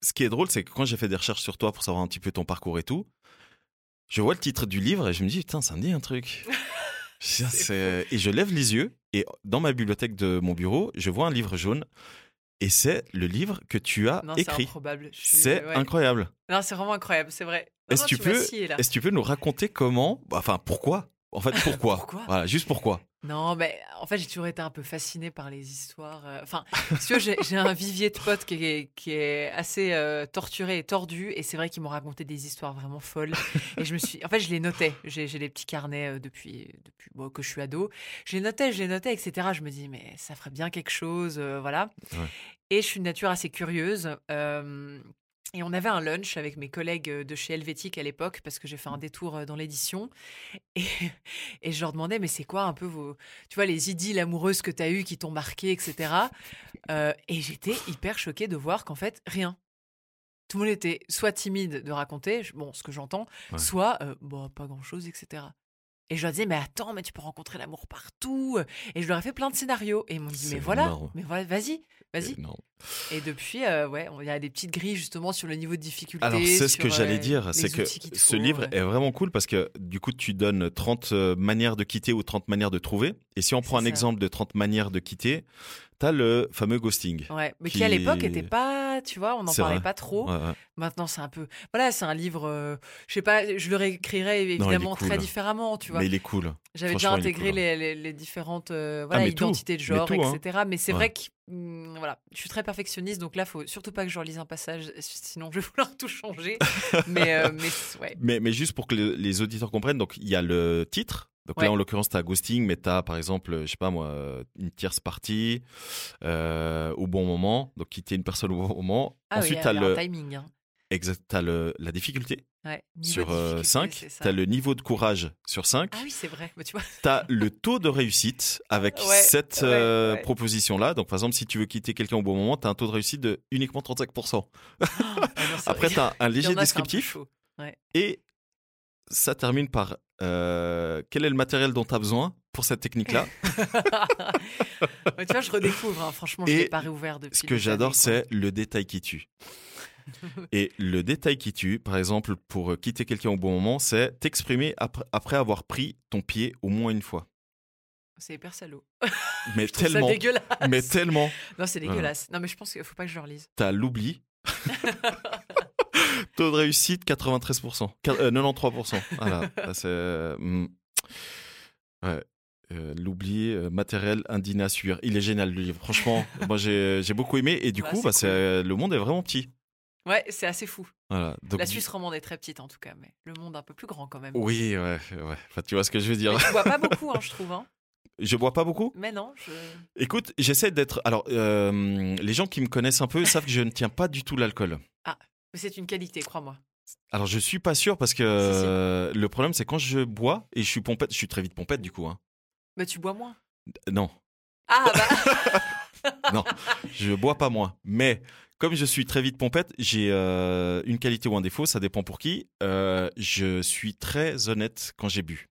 Speaker 10: ce qui est drôle, c'est que quand j'ai fait des recherches sur toi pour savoir un petit peu ton parcours et tout, je vois le titre du livre et je me dis, putain, ça me dit un truc. Je dis, c'est- et je lève les yeux et dans ma bibliothèque de mon bureau, je vois un livre jaune et c'est le livre que tu as
Speaker 11: Non, c'est
Speaker 10: écrit.
Speaker 11: improbable. Je suis-
Speaker 10: C'est
Speaker 11: ouais.
Speaker 10: incroyable.
Speaker 11: Non, c'est vraiment incroyable, c'est vrai. Non,
Speaker 10: Est-ce
Speaker 11: non,
Speaker 10: que tu
Speaker 11: m'as
Speaker 10: peux-
Speaker 11: scié, là.
Speaker 10: Est-ce que tu peux nous raconter comment, bah, enfin pourquoi En fait, pourquoi,
Speaker 11: Pourquoi
Speaker 10: Voilà, juste pourquoi.
Speaker 11: Non, mais en fait, j'ai toujours été un peu fascinée par les histoires. euh, Enfin, si tu veux, j'ai- j'ai un vivier de potes qui est, qui est assez euh, torturé et tordu. Et c'est vrai qu'ils m'ont raconté des histoires vraiment folles. Et je me suis. En fait, je les notais. J'ai j'ai des petits carnets euh, depuis, depuis bon, que je suis ado. Je les notais, je les notais, etc. Je me dis, mais ça ferait bien quelque chose. euh, voilà.
Speaker 10: Ouais.
Speaker 11: Et je suis de nature assez curieuse. euh, et on avait un lunch avec mes collègues euh, de chez Helvétique à l'époque, parce que j'ai
Speaker 10: Mmh.
Speaker 11: fait un détour euh, dans l'édition. Et, et je leur demandais, mais c'est quoi un peu vos, tu vois, les idylles amoureuses que tu as eues qui t'ont marqué, etc. Euh, et j'étais hyper choquée de voir qu'en fait, rien. Tout le monde était soit timide de raconter, je- bon, ce que j'entends,
Speaker 10: Ouais.
Speaker 11: soit, euh, bon, pas grand-chose, etc. Et je leur disais, mais attends, mais tu peux rencontrer l'amour partout. Et je leur ai fait plein de scénarios. Et ils m'ont dit,
Speaker 10: C'est
Speaker 11: mais voilà,
Speaker 10: énorme.
Speaker 11: mais voilà, vas-y, vas-y.
Speaker 10: Énorme.
Speaker 11: Et depuis, euh, ouais, on- il y a des petites grilles justement sur le niveau de difficulté.
Speaker 10: Alors, c'est ce
Speaker 11: sur,
Speaker 10: que
Speaker 11: euh,
Speaker 10: j'allais dire,
Speaker 11: les
Speaker 10: c'est que
Speaker 11: outils qu'il te euh,
Speaker 10: ce
Speaker 11: faut,
Speaker 10: livre
Speaker 11: ouais.
Speaker 10: est vraiment cool parce que du coup, tu donnes 30 euh, manières de quitter ou 30 manières de trouver. Et si on prend un
Speaker 11: ça.
Speaker 10: exemple de 30 manières de quitter, t'as le fameux ghosting.
Speaker 11: Ouais, mais qui,
Speaker 10: qui-
Speaker 11: à l'époque n'était pas, tu vois, on n'en
Speaker 10: C'est
Speaker 11: parlait
Speaker 10: vrai.
Speaker 11: pas trop.
Speaker 10: Ouais, ouais.
Speaker 11: Maintenant, c'est un peu. Voilà, c'est un livre. euh, je sais pas, je le réécrirais évidemment
Speaker 10: cool.
Speaker 11: très différemment, tu vois.
Speaker 10: Mais il est cool.
Speaker 11: J'avais déjà
Speaker 10: franchement, il est
Speaker 11: intégré
Speaker 10: cool, hein. Ah,
Speaker 11: les, les- les différentes euh, voilà,
Speaker 10: mais tout,
Speaker 11: identités de
Speaker 10: mais
Speaker 11: genre,
Speaker 10: tout, hein.
Speaker 11: etc. Mais c'est
Speaker 10: Ouais.
Speaker 11: vrai que hum, voilà, je suis très perfectionniste, donc là, faut surtout pas que je relise un passage, sinon je vais vouloir tout changer. mais, euh, mais c- ouais.
Speaker 10: Mais, mais juste pour que le- les auditeurs comprennent, donc il y a le titre. Donc
Speaker 11: Ouais.
Speaker 10: là, en l'occurrence, t'as ghosting, mais t'as par exemple, je sais pas moi, euh, une tierce partie euh, au bon moment. Donc quitter une personne au bon moment.
Speaker 11: Ah oui,
Speaker 10: Ensuite,
Speaker 11: il y
Speaker 10: t'as
Speaker 11: a
Speaker 10: le,
Speaker 11: un timing. hein.
Speaker 10: exact, t'as le la difficulté
Speaker 11: Ouais, niveau
Speaker 10: sur
Speaker 11: difficulté,
Speaker 10: 5.
Speaker 11: c'est ça.
Speaker 10: T'as le niveau de courage sur 5.
Speaker 11: Ah oui, c'est vrai. Mais tu vois,
Speaker 10: T'as le taux de réussite avec
Speaker 11: Ouais,
Speaker 10: cette
Speaker 11: ouais,
Speaker 10: euh,
Speaker 11: ouais.
Speaker 10: proposition-là. Donc, par exemple, si tu veux quitter quelqu'un au bon moment, t'as un taux de réussite de uniquement 35%.
Speaker 11: Ah non, c'est
Speaker 10: Après,
Speaker 11: vrai.
Speaker 10: t'as un, un
Speaker 11: Il y en
Speaker 10: léger
Speaker 11: a, c'est un peu
Speaker 10: descriptif.
Speaker 11: chaud.
Speaker 10: Et ça termine par euh, quel est le matériel dont t'as besoin pour cette technique-là
Speaker 11: Ouais, tu vois, je redécouvre. hein. Franchement, je
Speaker 10: Et
Speaker 11: l'ai pas réouvert depuis.
Speaker 10: Ce que
Speaker 11: des
Speaker 10: j'adore,
Speaker 11: années, quoi.
Speaker 10: c'est le détail qui tue. Et le détail qui tue, par exemple, pour euh, quitter quelqu'un au bon moment, c'est t'exprimer après, après avoir pris ton pied au moins une fois.
Speaker 11: C'est hyper salaud.
Speaker 10: Mais
Speaker 11: Je trouve ça
Speaker 10: tellement,
Speaker 11: dégueulasse.
Speaker 10: mais tellement.
Speaker 11: Non, c'est
Speaker 10: Voilà.
Speaker 11: dégueulasse. Non, mais je pense qu'il faut pas que je le relise.
Speaker 10: t'as l'oubli. Taux de réussite 93%. Quat- euh, 93%. Voilà. Ça, c'est, euh, hmm. Ouais. Euh, l'oubli euh, matériel indigne à suivre. Il est génial le livre. Franchement, moi j'ai j'ai beaucoup aimé et du
Speaker 11: Ouais,
Speaker 10: coup,
Speaker 11: c'est
Speaker 10: bah, c'est,
Speaker 11: cool.
Speaker 10: euh, le monde est vraiment petit.
Speaker 11: Ouais, c'est assez fou.
Speaker 10: Voilà. Donc,
Speaker 11: La
Speaker 10: du-
Speaker 11: Suisse romande est très petite en tout cas, mais le monde un peu plus grand quand même.
Speaker 10: Oui, ouais, ouais. Enfin, tu vois ce que je veux dire.
Speaker 11: Mais tu vois pas beaucoup, hein, je trouve. hein.
Speaker 10: Je bois pas beaucoup.
Speaker 11: Mais non, je...
Speaker 10: Écoute, j'essaie d'être. Alors, euh, les gens qui me connaissent un peu savent que je ne tiens pas du tout l'alcool.
Speaker 11: mais c'est une qualité, crois-moi.
Speaker 10: Alors je suis pas sûr parce que
Speaker 11: Si, si.
Speaker 10: euh, le problème c'est quand je bois et je suis pompette, je suis très vite pompette du coup. Hein.
Speaker 11: Mais tu bois moins.
Speaker 10: Euh, Non,
Speaker 11: Ah bah
Speaker 10: je bois pas moins. Mais comme je suis très vite pompette, j'ai euh, une qualité ou un défaut, ça dépend pour qui. Euh, je suis très honnête quand j'ai bu.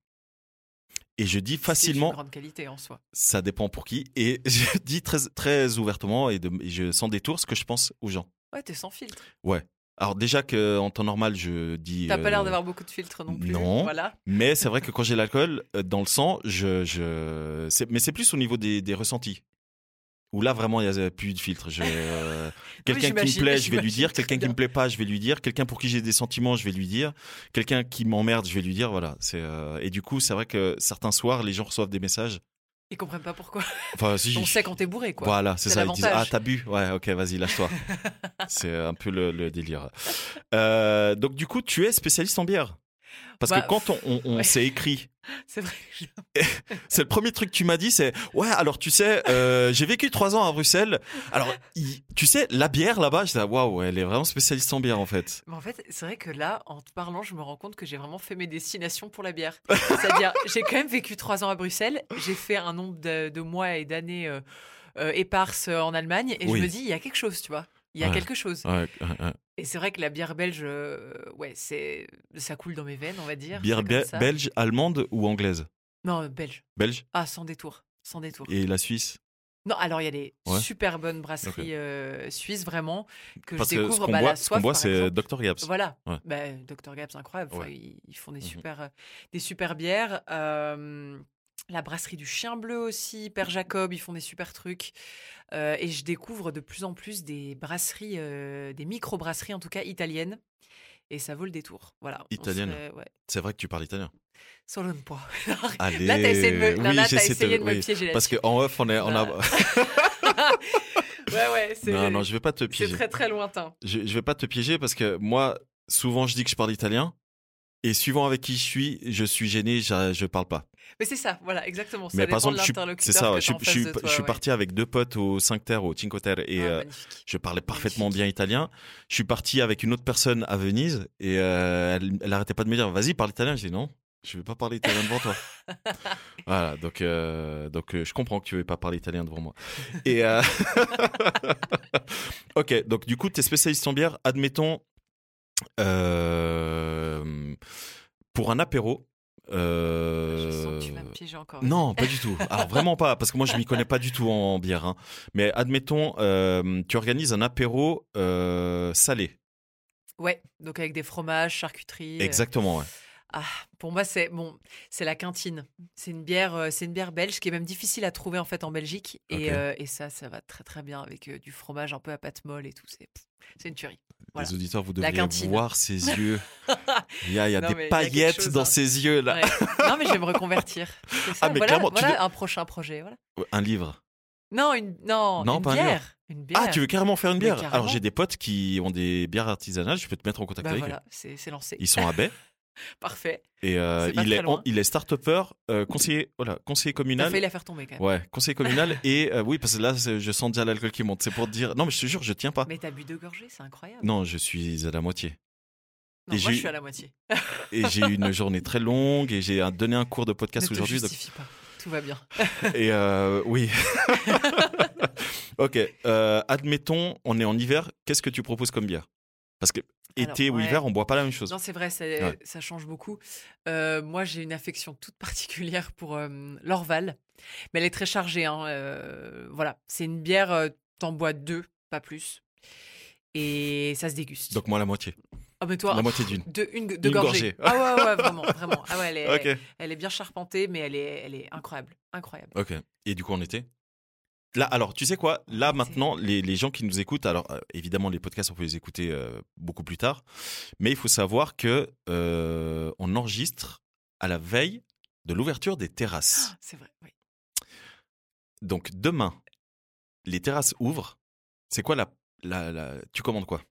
Speaker 10: Et je dis
Speaker 11: C'est une
Speaker 10: facilement,
Speaker 11: grande qualité en soi.
Speaker 10: ça dépend pour qui. Et je dis très, très ouvertement et, de- et je, sans détour ce que je pense aux gens.
Speaker 11: Ouais, t'es sans filtre.
Speaker 10: Ouais. Alors déjà qu'en temps normal, je dis...
Speaker 11: T'as pas
Speaker 10: euh,
Speaker 11: l'air d'avoir beaucoup de filtres non plus.
Speaker 10: non.
Speaker 11: Voilà.
Speaker 10: Mais c'est vrai que quand j'ai l'alcool euh, dans le sang, je, je... c'est- mais c'est plus au niveau des, des ressentis. Où là, vraiment, il n'y a plus de filtre. Je... euh, Quelqu'un qui me
Speaker 11: j'imagine,
Speaker 10: plaît, je vais lui
Speaker 11: j'imagine
Speaker 10: dire.
Speaker 11: très
Speaker 10: Quelqu'un qui
Speaker 11: bien.
Speaker 10: me plaît pas, je vais lui dire. Quelqu'un pour qui j'ai des sentiments, je vais lui dire. Quelqu'un qui m'emmerde, je vais lui dire. Voilà. C'est, euh, Et du coup, c'est vrai que certains soirs, les gens reçoivent des messages.
Speaker 11: Ils comprennent pas pourquoi.
Speaker 10: Enfin, si,
Speaker 11: On sait quand t'es bourré, quoi.
Speaker 10: Voilà, c'est
Speaker 11: C'est
Speaker 10: ça. Ils disent Ah,
Speaker 11: l'avantage.
Speaker 10: t'as bu Ouais, ok, vas-y, lâche-toi. c'est euh, un peu le, le délire. Euh, donc, du coup, tu es spécialiste en bière. Parce
Speaker 11: Bah,
Speaker 10: que quand on, on- on
Speaker 11: ouais.
Speaker 10: s'est écrit,
Speaker 11: C'est vrai. que je-
Speaker 10: c'est le premier truc que tu m'as dit, c'est ouais. Alors tu sais, euh, j'ai vécu trois ans à Bruxelles. Alors il- tu sais, la bière là-bas, je dis ah, waouh, elle est vraiment spécialiste en bière en fait.
Speaker 11: Mais en fait, c'est vrai que là, en te parlant, je me rends compte que j'ai vraiment fait mes destinations pour la bière. C'est-à-dire, j'ai quand même vécu trois ans à Bruxelles. J'ai fait un nombre de, de mois et d'années euh, euh, éparses euh, en Allemagne. Et
Speaker 10: Oui.
Speaker 11: je me dis, il y a quelque chose, tu vois. Il y a
Speaker 10: Ouais.
Speaker 11: quelque chose.
Speaker 10: Ouais, ouais, ouais.
Speaker 11: Et c'est vrai que la bière belge, euh, ouais, c'est ça coule dans mes veines, on va dire.
Speaker 10: Bière
Speaker 11: c'est comme
Speaker 10: be-
Speaker 11: ça.
Speaker 10: belge, allemande ou anglaise
Speaker 11: Non, euh, belge.
Speaker 10: Belge
Speaker 11: Ah, sans détour. Sans détour.
Speaker 10: et la Suisse.
Speaker 11: Non, alors il y a des
Speaker 10: Ouais.
Speaker 11: super bonnes brasseries
Speaker 10: Ok.
Speaker 11: euh, suisses, vraiment, que
Speaker 10: Parce
Speaker 11: je
Speaker 10: que
Speaker 11: découvre.
Speaker 10: ce qu'on
Speaker 11: bah,
Speaker 10: boit,
Speaker 11: la
Speaker 10: ce qu'on
Speaker 11: soif,
Speaker 10: boit,
Speaker 11: par
Speaker 10: c'est
Speaker 11: exemple.
Speaker 10: Dr Gabs.
Speaker 11: Voilà.
Speaker 10: Ouais.
Speaker 11: Bah, Dr Gabs, incroyable. Enfin,
Speaker 10: Ouais.
Speaker 11: ils, ils font des
Speaker 10: Mhm.
Speaker 11: super, euh, des super bières. Euh, la brasserie du Chien Bleu aussi, Père Jacob, ils font des super trucs. Euh, et je découvre de plus en plus des brasseries, euh, des micro-brasseries en tout cas italiennes. Et ça vaut le détour. Voilà. On
Speaker 10: Italienne.
Speaker 11: serait- Ouais.
Speaker 10: C'est vrai que tu parles italien.
Speaker 11: Solo un po'.
Speaker 10: Allez.
Speaker 11: Là, t'as essayé de me, là,
Speaker 10: Oui,
Speaker 11: là,
Speaker 10: j'essaie
Speaker 11: t'as essayé de me
Speaker 10: oui.
Speaker 11: piéger
Speaker 10: Parce
Speaker 11: là-dessus.
Speaker 10: qu'en off, on est, on a.
Speaker 11: Bah, Ouais, ouais, c'est
Speaker 10: non, non, je vais pas te
Speaker 11: c'est
Speaker 10: piéger.
Speaker 11: très très lointain.
Speaker 10: Je, je vais pas te piéger parce que moi, souvent, je dis que je parle italien. Et suivant avec qui je suis, je suis gêné, je, je parle pas.
Speaker 11: Mais c'est ça, voilà, exactement. Ça
Speaker 10: Mais
Speaker 11: dépend
Speaker 10: par exemple,
Speaker 11: de
Speaker 10: je suis-
Speaker 11: l'interlocuteur
Speaker 10: c'est ça,
Speaker 11: que
Speaker 10: je, suis-
Speaker 11: t'as en
Speaker 10: je
Speaker 11: face
Speaker 10: suis-
Speaker 11: de
Speaker 10: je
Speaker 11: toi,
Speaker 10: suis
Speaker 11: ouais.
Speaker 10: parti avec deux potes au 5 Terre, au Cinque Terre, et
Speaker 11: Ah,
Speaker 10: euh,
Speaker 11: magnifique.
Speaker 10: je parlais parfaitement bien italien. Je suis parti avec une autre personne à Venise et euh, elle, elle arrêtait pas de me dire vas-y parle italien. Je dis non, je vais pas parler italien devant toi. voilà, donc euh, donc euh, je comprends que tu veux pas parler italien devant moi. Et euh, ok, donc du coup t'es spécialiste en bière. Admettons euh, pour un apéro. euh,
Speaker 11: Je sens que tu vas me piéger encore.
Speaker 10: non, pas du tout. Alors vraiment pas, parce que moi je m'y connais pas du tout en bière. hein. Mais admettons, euh, tu organises un apéro euh, salé.
Speaker 11: Ouais, donc avec des fromages, charcuteries. euh,
Speaker 10: Exactement. ouais.
Speaker 11: Ah, pour moi, c'est bon, c'est la quintine. C'est une bière, euh, c'est une bière belge qui est même difficile à trouver en fait en Belgique. Et,
Speaker 10: Ok.
Speaker 11: euh, et ça, ça va très très bien avec euh, du fromage un peu à pâte molle et tout. C'est pff, c'est une tuerie. Voilà.
Speaker 10: Les auditeurs, vous
Speaker 11: La
Speaker 10: devriez
Speaker 11: cantine.
Speaker 10: voir ses yeux. Il y a, il y a
Speaker 11: Non, mais
Speaker 10: des
Speaker 11: il y a quelque
Speaker 10: paillettes
Speaker 11: chose,
Speaker 10: dans
Speaker 11: hein.
Speaker 10: ses yeux là.
Speaker 11: Ouais. Non, mais je vais me reconvertir. C'est ça,
Speaker 10: Ah, mais
Speaker 11: voilà,
Speaker 10: clairement, tu
Speaker 11: voilà
Speaker 10: dois-
Speaker 11: un prochain projet. Voilà.
Speaker 10: Un livre.
Speaker 11: Non, une, non,
Speaker 10: Non,
Speaker 11: une
Speaker 10: pas un
Speaker 11: bière. Une bière. Bah,
Speaker 10: Ah, tu veux carrément faire une
Speaker 11: Mais
Speaker 10: bière
Speaker 11: carrément.
Speaker 10: Alors j'ai des potes qui ont des bières artisanales. Je peux te mettre en contact
Speaker 11: Bah
Speaker 10: avec
Speaker 11: voilà, c'est c'est lancé.
Speaker 10: eux. Ils sont à Baie
Speaker 11: Parfait.
Speaker 10: et euh,
Speaker 11: C'est pas
Speaker 10: il,
Speaker 11: très
Speaker 10: est,
Speaker 11: loin.
Speaker 10: il est start-upper, euh, conseiller, voilà, conseiller
Speaker 11: T'as
Speaker 10: communal.
Speaker 11: failli la faire tomber quand même.
Speaker 10: Ouais, conseiller communal et euh, oui parce que là c'est- je sens déjà l'alcool qui monte. C'est pour te dire non mais je te jure je tiens pas.
Speaker 11: Mais t'as bu deux gorgées, c'est incroyable.
Speaker 10: Non, je suis à la moitié.
Speaker 11: Non,
Speaker 10: et
Speaker 11: moi,
Speaker 10: j'ai
Speaker 11: je
Speaker 10: eu-
Speaker 11: suis à la moitié.
Speaker 10: Et j'ai eu une journée très longue et j'ai un- donné un cours de podcast
Speaker 11: ne te
Speaker 10: aujourd'hui. donc-
Speaker 11: justifie pas. Tout va bien.
Speaker 10: Et euh, oui. ok. euh, admettons, on est en hiver. Qu'est-ce que tu proposes comme bière Parce que
Speaker 11: Alors,
Speaker 10: été ou
Speaker 11: ouais.
Speaker 10: hiver, on boit pas la même chose.
Speaker 11: Non, c'est vrai, ça,
Speaker 10: Ouais.
Speaker 11: ça change beaucoup. Euh, moi, j'ai une affection toute particulière pour euh, l'Orval, mais elle est très chargée. hein, euh, voilà, c'est une bière, euh, t'en bois deux, pas plus, et ça se déguste.
Speaker 10: Donc moi la moitié.
Speaker 11: Ah, mais toi,
Speaker 10: la moitié d'une.
Speaker 11: de, une, de
Speaker 10: une
Speaker 11: gorgée.
Speaker 10: gorgée.
Speaker 11: Ah ouais, ouais, vraiment, vraiment. Ah ouais, elle, est,
Speaker 10: Ok.
Speaker 11: elle est bien charpentée, mais elle est, elle est incroyable, incroyable.
Speaker 10: Ok. Et du coup en été. Là, alors, tu sais quoi Là, maintenant, les, les gens qui nous écoutent, alors euh, évidemment, les podcasts, on peut les écouter euh, beaucoup plus tard, mais il faut savoir que euh, on enregistre à la veille de l'ouverture des terrasses.
Speaker 11: Ah, C'est vrai. oui.
Speaker 10: Donc demain, les terrasses ouvrent. C'est quoi la, la, la- Tu commandes quoi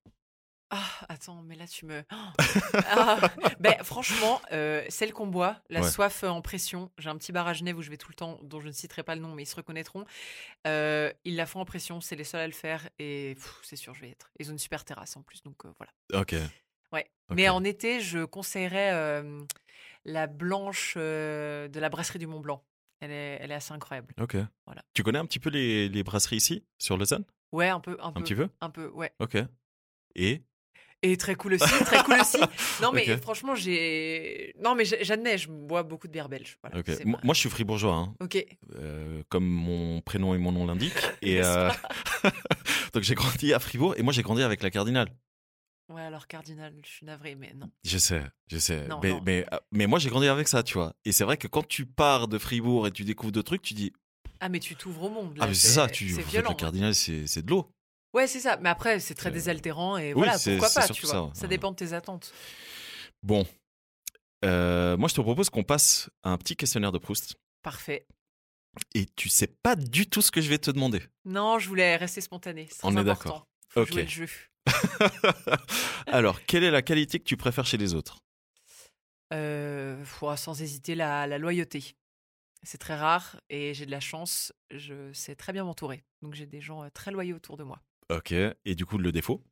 Speaker 11: Ah, attends, mais là tu me. Ah, ben, franchement, euh, celle qu'on boit, la
Speaker 10: Ouais.
Speaker 11: soif euh, en pression, j'ai un petit bar à Genève où je vais tout le temps, dont je ne citerai pas le nom, mais ils se reconnaîtront. Euh, ils la font en pression, c'est les seuls à le faire et pff, c'est sûr, je vais y être. Ils ont une super terrasse en plus, donc euh, voilà.
Speaker 10: Ok.
Speaker 11: Ouais.
Speaker 10: Ok.
Speaker 11: Mais en été, je conseillerais euh, la blanche euh, de la brasserie du Mont Blanc. Elle est, elle est assez incroyable.
Speaker 10: Ok.
Speaker 11: Voilà.
Speaker 10: Tu connais un petit peu les, les brasseries ici, sur Lausanne
Speaker 11: Ouais, un peu, un,
Speaker 10: Un
Speaker 11: peu,
Speaker 10: petit peu
Speaker 11: un peu, ouais.
Speaker 10: Ok. Et
Speaker 11: Et très cool aussi, très cool aussi. Non mais
Speaker 10: Ok.
Speaker 11: franchement, j'ai non mais j'ai- j'admets, je bois beaucoup de bière belge. Voilà,
Speaker 10: ok.
Speaker 11: c'est
Speaker 10: Moi,
Speaker 11: ma-
Speaker 10: moi, je suis fribourgeois, hein,
Speaker 11: Ok.
Speaker 10: euh, comme mon prénom et mon nom l'indiquent. et
Speaker 11: N'est-ce
Speaker 10: euh, donc, j'ai grandi à Fribourg et moi, j'ai grandi avec la Cardinale.
Speaker 11: Ouais, alors cardinal, je suis navrée, mais non.
Speaker 10: Je sais, je sais.
Speaker 11: Non,
Speaker 10: mais,
Speaker 11: non.
Speaker 10: Mais, euh, mais moi, j'ai grandi avec ça, tu vois. Et c'est vrai que quand tu pars de Fribourg et tu découvres d'autres trucs, tu dis
Speaker 11: Ah, mais tu t'ouvres au monde. là,
Speaker 10: Ah, mais c'est ça, tu. en
Speaker 11: C'est
Speaker 10: fait,
Speaker 11: violent. hein.
Speaker 10: le cardinal, c'est c'est de l'eau.
Speaker 11: Ouais, c'est ça. Mais après, c'est très
Speaker 10: Euh,
Speaker 11: désaltérant et
Speaker 10: oui,
Speaker 11: voilà,
Speaker 10: c'est-
Speaker 11: pourquoi
Speaker 10: c'est
Speaker 11: pas,
Speaker 10: surtout
Speaker 11: tu vois. Ça,
Speaker 10: ça, hein. ouais. Ouais.
Speaker 11: dépend de tes attentes.
Speaker 10: Bon. Euh, moi, je te propose qu'on passe à un petit questionnaire de Proust.
Speaker 11: Parfait.
Speaker 10: Et tu sais pas du tout ce que je vais te demander.
Speaker 11: Non, je voulais rester spontané. c'est
Speaker 10: On
Speaker 11: très
Speaker 10: est d'accord.
Speaker 11: important. Faut
Speaker 10: Ok.
Speaker 11: jouer le jeu.
Speaker 10: Alors, quelle est la qualité que tu préfères chez les autres
Speaker 11: Euh, faut sans hésiter la, la loyauté. C'est très rare et j'ai de la chance. Je sais très bien m'entourer. Donc j'ai des gens euh, très loyaux autour de moi.
Speaker 10: Ok. Et du coup, le défaut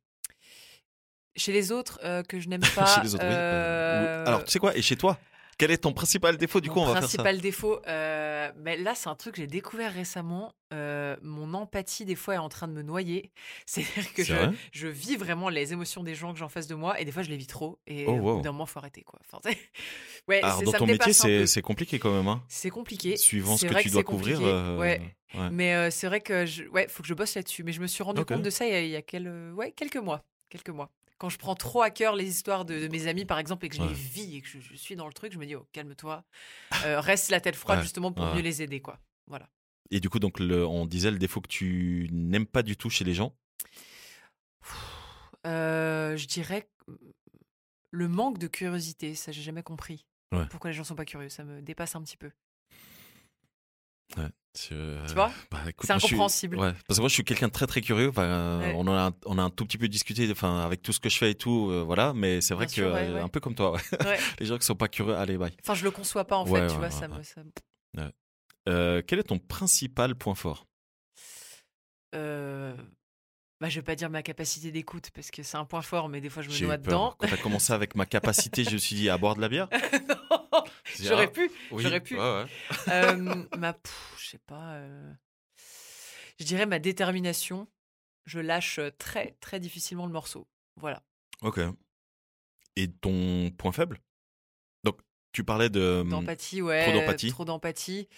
Speaker 11: Chez les autres euh, que je n'aime pas.
Speaker 10: Chez les autres, oui. Euh,
Speaker 11: euh,
Speaker 10: ou- Alors, tu sais quoi Et chez toi Quel est ton principal défaut Du
Speaker 11: mon
Speaker 10: coup, on va faire ça.
Speaker 11: principal défaut, euh, mais là c'est un truc que j'ai découvert récemment. euh, mon empathie des fois est en train de me noyer. C'est-à-dire que
Speaker 10: C'est
Speaker 11: je,
Speaker 10: vrai
Speaker 11: je vis vraiment les émotions des gens que j'en face de moi et des fois je les vis trop et
Speaker 10: Oh,
Speaker 11: au bout
Speaker 10: wow.
Speaker 11: d'un moment faut arrêter quoi. Enfin, ouais,
Speaker 10: Alors,
Speaker 11: c'est-
Speaker 10: dans
Speaker 11: ça
Speaker 10: ton
Speaker 11: me dépasse
Speaker 10: métier,
Speaker 11: un peu.
Speaker 10: c'est c'est compliqué quand même. Hein
Speaker 11: C'est compliqué.
Speaker 10: Suivant ce
Speaker 11: C'est
Speaker 10: que
Speaker 11: vrai
Speaker 10: tu
Speaker 11: c'est
Speaker 10: dois couvrir.
Speaker 11: compliqué.
Speaker 10: euh,
Speaker 11: Ouais.
Speaker 10: ouais.
Speaker 11: Mais euh, c'est vrai que je... ouais, faut que je bosse là-dessus. Mais je me suis rendu
Speaker 10: Ok.
Speaker 11: compte de ça il y a, il y a quel- euh, ouais, quelques mois, quelques mois. Quand je prends trop à cœur les histoires de, de mes amis, par exemple, et que je
Speaker 10: Ouais.
Speaker 11: les vis et que je, je suis dans le truc, je me dis oh, calme-toi, Euh, reste la tête froide
Speaker 10: Ouais,
Speaker 11: justement pour
Speaker 10: ouais.
Speaker 11: mieux les aider, quoi. Voilà.
Speaker 10: Et du coup, donc, le- on disait le défaut que tu n'aimes pas du tout chez les gens.
Speaker 11: Euh, je dirais que le manque de curiosité, ça j'ai jamais compris.
Speaker 10: Ouais. Euh.
Speaker 11: Pourquoi les gens sont pas curieux, ça me dépasse un petit peu.
Speaker 10: Tu euh,
Speaker 11: Tu vois
Speaker 10: bah, écoute,
Speaker 11: C'est
Speaker 10: moi, je suis-
Speaker 11: incompréhensible.
Speaker 10: ouais, parce que moi, je suis quelqu'un de très très curieux. Enfin, euh,
Speaker 11: Ouais.
Speaker 10: on, en a, on a un tout petit peu discuté enfin, avec tout ce que je fais et tout. euh, voilà, mais c'est vrai
Speaker 11: Bien
Speaker 10: que,
Speaker 11: sûr, ouais,
Speaker 10: euh,
Speaker 11: ouais.
Speaker 10: un peu comme toi, ouais.
Speaker 11: Ouais.
Speaker 10: les gens qui sont pas curieux, allez, bye.
Speaker 11: Enfin, je le conçois pas en
Speaker 10: Ouais,
Speaker 11: fait, tu
Speaker 10: ouais,
Speaker 11: vois,
Speaker 10: ouais,
Speaker 11: ça
Speaker 10: ouais.
Speaker 11: me- ça me
Speaker 10: Euh, quel est ton principal point fort
Speaker 11: euh, bah, je vais pas dire ma capacité d'écoute parce que c'est un point fort, mais des fois je me
Speaker 10: J'ai
Speaker 11: noie
Speaker 10: eu peur.
Speaker 11: dedans.
Speaker 10: Quand t'as commencé avec ma capacité, je me suis dit à boire de la bière.
Speaker 11: Non,
Speaker 10: J'ai dit,
Speaker 11: J'aurais
Speaker 10: ah,
Speaker 11: pu.
Speaker 10: oui, ah.
Speaker 11: j'aurais pu.
Speaker 10: ouais, ouais.
Speaker 11: Euh, ma, pff, je sais pas. euh, je dirais ma détermination. Je lâche très très difficilement le morceau. Voilà.
Speaker 10: Ok. Et ton point faible Donc, tu parlais de. hum,
Speaker 11: D'empathie, ouais.
Speaker 10: Mmh. trop d'empathie.
Speaker 11: Trop d'empathie.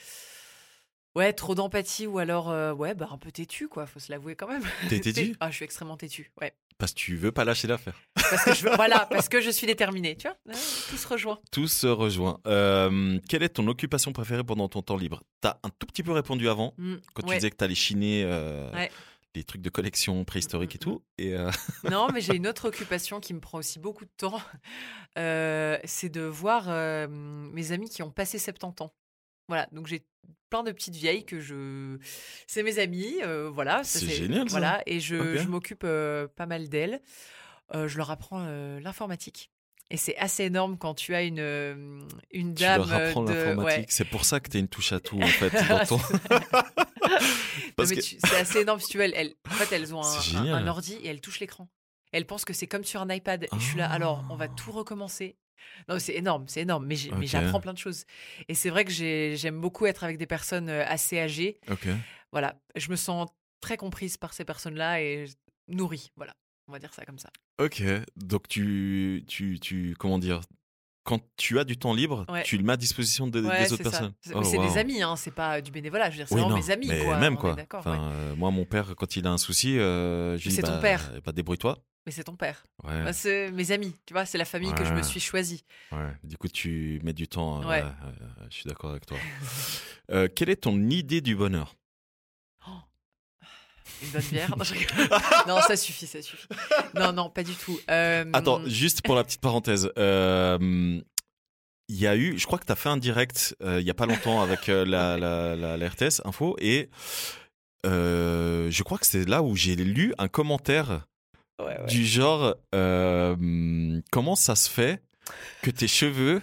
Speaker 11: Ouais, trop d'empathie ou alors euh, ouais, bah un peu têtu quoi. Faut se l'avouer quand même.
Speaker 10: T'es têtu
Speaker 11: Ah, je suis extrêmement têtu. Ouais.
Speaker 10: Parce que tu veux pas lâcher l'affaire.
Speaker 11: Parce que je, voilà, parce que je suis déterminée. Tu vois, Ouais, tout se rejoint.
Speaker 10: Tout se rejoint. Euh, quelle est ton occupation préférée pendant ton temps libre T'as un tout petit peu répondu avant,
Speaker 11: Mm,
Speaker 10: quand tu
Speaker 11: ouais.
Speaker 10: disais que t'allais chiner euh,
Speaker 11: Ouais.
Speaker 10: les trucs de collection préhistorique et
Speaker 11: Mm, mm,
Speaker 10: tout. Et euh,
Speaker 11: Non, mais j'ai une autre occupation qui me prend aussi beaucoup de temps. Euh, c'est de voir euh, mes amis qui ont passé 70 ans. Voilà, donc j'ai plein de petites vieilles que je. C'est mes amies, euh, voilà. ça,
Speaker 10: C'est génial, ça.
Speaker 11: Voilà, et je,
Speaker 10: Ok.
Speaker 11: je m'occupe euh, pas mal d'elles. Euh, je leur apprends euh, l'informatique. Et c'est assez énorme quand tu as une, euh, une
Speaker 10: tu
Speaker 11: dame.
Speaker 10: leur apprends
Speaker 11: euh, de-
Speaker 10: l'informatique.
Speaker 11: ouais.
Speaker 10: C'est pour ça que t'es une touche à tout, en fait, dans ton. Parce
Speaker 11: Non,
Speaker 10: que
Speaker 11: mais tu- C'est assez énorme si tu veux. Elles, elles- en fait, elles ont un,
Speaker 10: C'est
Speaker 11: un-
Speaker 10: génial.
Speaker 11: un ordi et elles touchent l'écran. Elles pensent que c'est comme sur un iPad. Et je suis là,
Speaker 10: Ah.
Speaker 11: alors, on va tout recommencer. Non, mais c'est énorme, c'est énorme, mais j'ai- mais
Speaker 10: Ok.
Speaker 11: j'apprends plein de choses. Et c'est vrai que j'ai- j'aime beaucoup être avec des personnes euh, assez âgées.
Speaker 10: Ok.
Speaker 11: Voilà, je me sens très comprise par ces personnes-là et nourrie. Voilà, on va dire ça comme ça.
Speaker 10: Ok. Donc, tu, tu, tu. Comment dire quand tu as du temps libre,
Speaker 11: Ouais.
Speaker 10: tu le mets à disposition de-
Speaker 11: Ouais,
Speaker 10: des autres
Speaker 11: c'est ça.
Speaker 10: personnes.
Speaker 11: C'est-
Speaker 10: Oh,
Speaker 11: mais c'est
Speaker 10: wow.
Speaker 11: des amis, hein, c'est pas du bénévolat. Je veux dire, c'est
Speaker 10: Oui,
Speaker 11: vraiment
Speaker 10: non,
Speaker 11: mes amis.
Speaker 10: mais
Speaker 11: quoi.
Speaker 10: même
Speaker 11: on est
Speaker 10: quoi.
Speaker 11: D'accord. ouais.
Speaker 10: Enfin, euh, moi, mon père, quand il a un souci, euh, je lui dis
Speaker 11: C'est ton
Speaker 10: bah,
Speaker 11: père.
Speaker 10: eh ben, débrouille-toi.
Speaker 11: Mais c'est ton père.
Speaker 10: Ouais,
Speaker 11: Bah, c'est mes amis, tu vois, c'est la famille que je me
Speaker 10: Ouais.
Speaker 11: suis choisie.
Speaker 10: ouais. Du coup, tu mets du temps. euh,
Speaker 11: Ouais.
Speaker 10: euh, je suis d'accord avec toi. Euh, quelle est ton idée du bonheur
Speaker 11: Une bonne bière Non, je rigole. Non, ça suffit, ça suffit. Non, non, pas du tout. Euh,
Speaker 10: Attends, juste pour la petite parenthèse. euh, il y a eu, je crois que tu as fait un direct euh, il y a pas longtemps avec euh, la, la- la- la RTS Info et euh, je crois que c'est là où j'ai lu un commentaire du genre euh, comment ça se fait que tes cheveux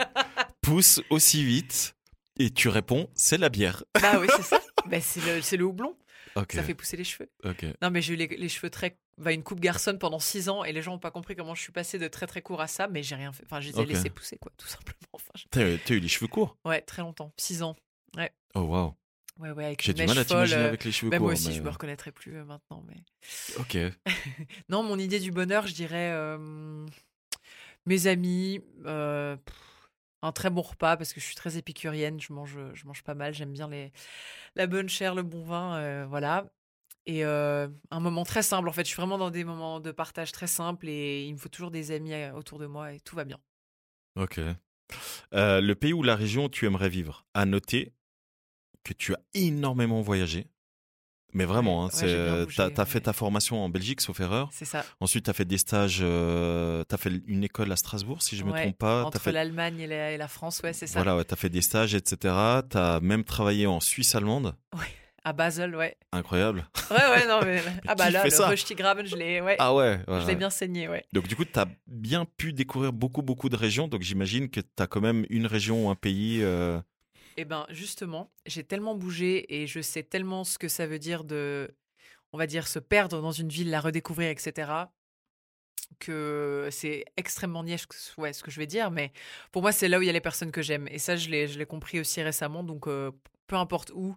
Speaker 10: poussent aussi vite et tu réponds c'est la bière.
Speaker 11: Bah oui, c'est ça. Bah, c'est le, c'est le houblon.
Speaker 10: Ok.
Speaker 11: Ça fait pousser les cheveux.
Speaker 10: ok.
Speaker 11: Non, mais j'ai eu les, les cheveux très. Bah, une coupe garçonne pendant 6 ans et les gens n'ont pas compris comment je suis passée de très très court à ça, mais j'ai rien fait. Enfin, je les ai
Speaker 10: Ok.
Speaker 11: laissés pousser, quoi, tout simplement. Enfin, je-
Speaker 10: T'as t'as eu les cheveux courts.
Speaker 11: Ouais, très longtemps. 6 ans.
Speaker 10: Oh waouh.
Speaker 11: Ouais, ouais, avec
Speaker 10: J'ai
Speaker 11: une
Speaker 10: du mal à
Speaker 11: mèche folle.
Speaker 10: t'imaginer
Speaker 11: euh,
Speaker 10: avec les cheveux
Speaker 11: bah,
Speaker 10: courts.
Speaker 11: moi aussi,
Speaker 10: mais-
Speaker 11: je me reconnaîtrais plus euh, maintenant. Mais...
Speaker 10: Ok.
Speaker 11: Non, mon idée du bonheur, je dirais euh, mes amis, euh, pff, un très bon repas parce que je suis très épicurienne, je mange, je mange pas mal, j'aime bien les, la bonne chair, le bon vin, euh, voilà. Et euh, un moment très simple, en fait. Je suis vraiment dans des moments de partage très simples et il me faut toujours des amis euh, autour de moi et tout va bien.
Speaker 10: Ok. Euh, le pays ou la région où tu aimerais vivre. À noter que tu as énormément voyagé. Mais vraiment, hein,
Speaker 11: Ouais,
Speaker 10: c'est,
Speaker 11: j'ai bien
Speaker 10: euh,
Speaker 11: bougé,
Speaker 10: t'as t'as fait
Speaker 11: ouais.
Speaker 10: ta formation en Belgique, sauf erreur.
Speaker 11: C'est ça.
Speaker 10: Ensuite, t'as fait des stages, euh, t'as fait une école à Strasbourg, si je me
Speaker 11: Ouais,
Speaker 10: trompe pas. Ah, T'as
Speaker 11: Entre
Speaker 10: fait,
Speaker 11: l'Allemagne et, la, et la France, ouais, c'est ça.
Speaker 10: voilà, ouais, t'as fait des stages, etc. T'as même travaillé en Suisse allemande.
Speaker 11: À Basel, ouais.
Speaker 10: Incroyable.
Speaker 11: Ouais, ouais, non, mais. ah bah
Speaker 10: qui
Speaker 11: là,
Speaker 10: fait
Speaker 11: le
Speaker 10: ça
Speaker 11: Röstigraben, je l'ai. Ouais.
Speaker 10: Ah ouais. ouais,
Speaker 11: je
Speaker 10: ouais.
Speaker 11: l'ai bien saigné, ouais.
Speaker 10: Donc du coup, tu as bien pu découvrir beaucoup, beaucoup de régions. Donc j'imagine que tu as quand même une région ou un pays. euh,
Speaker 11: Eh ben justement, j'ai tellement bougé et je sais tellement ce que ça veut dire de, on va dire, se perdre dans une ville, la redécouvrir, etc. Que c'est extrêmement niais, ce- ouais, ce que je vais dire, mais pour moi, c'est là où il y a les personnes que j'aime. Et ça, je l'ai, je l'ai compris aussi récemment. Donc, euh, peu importe où,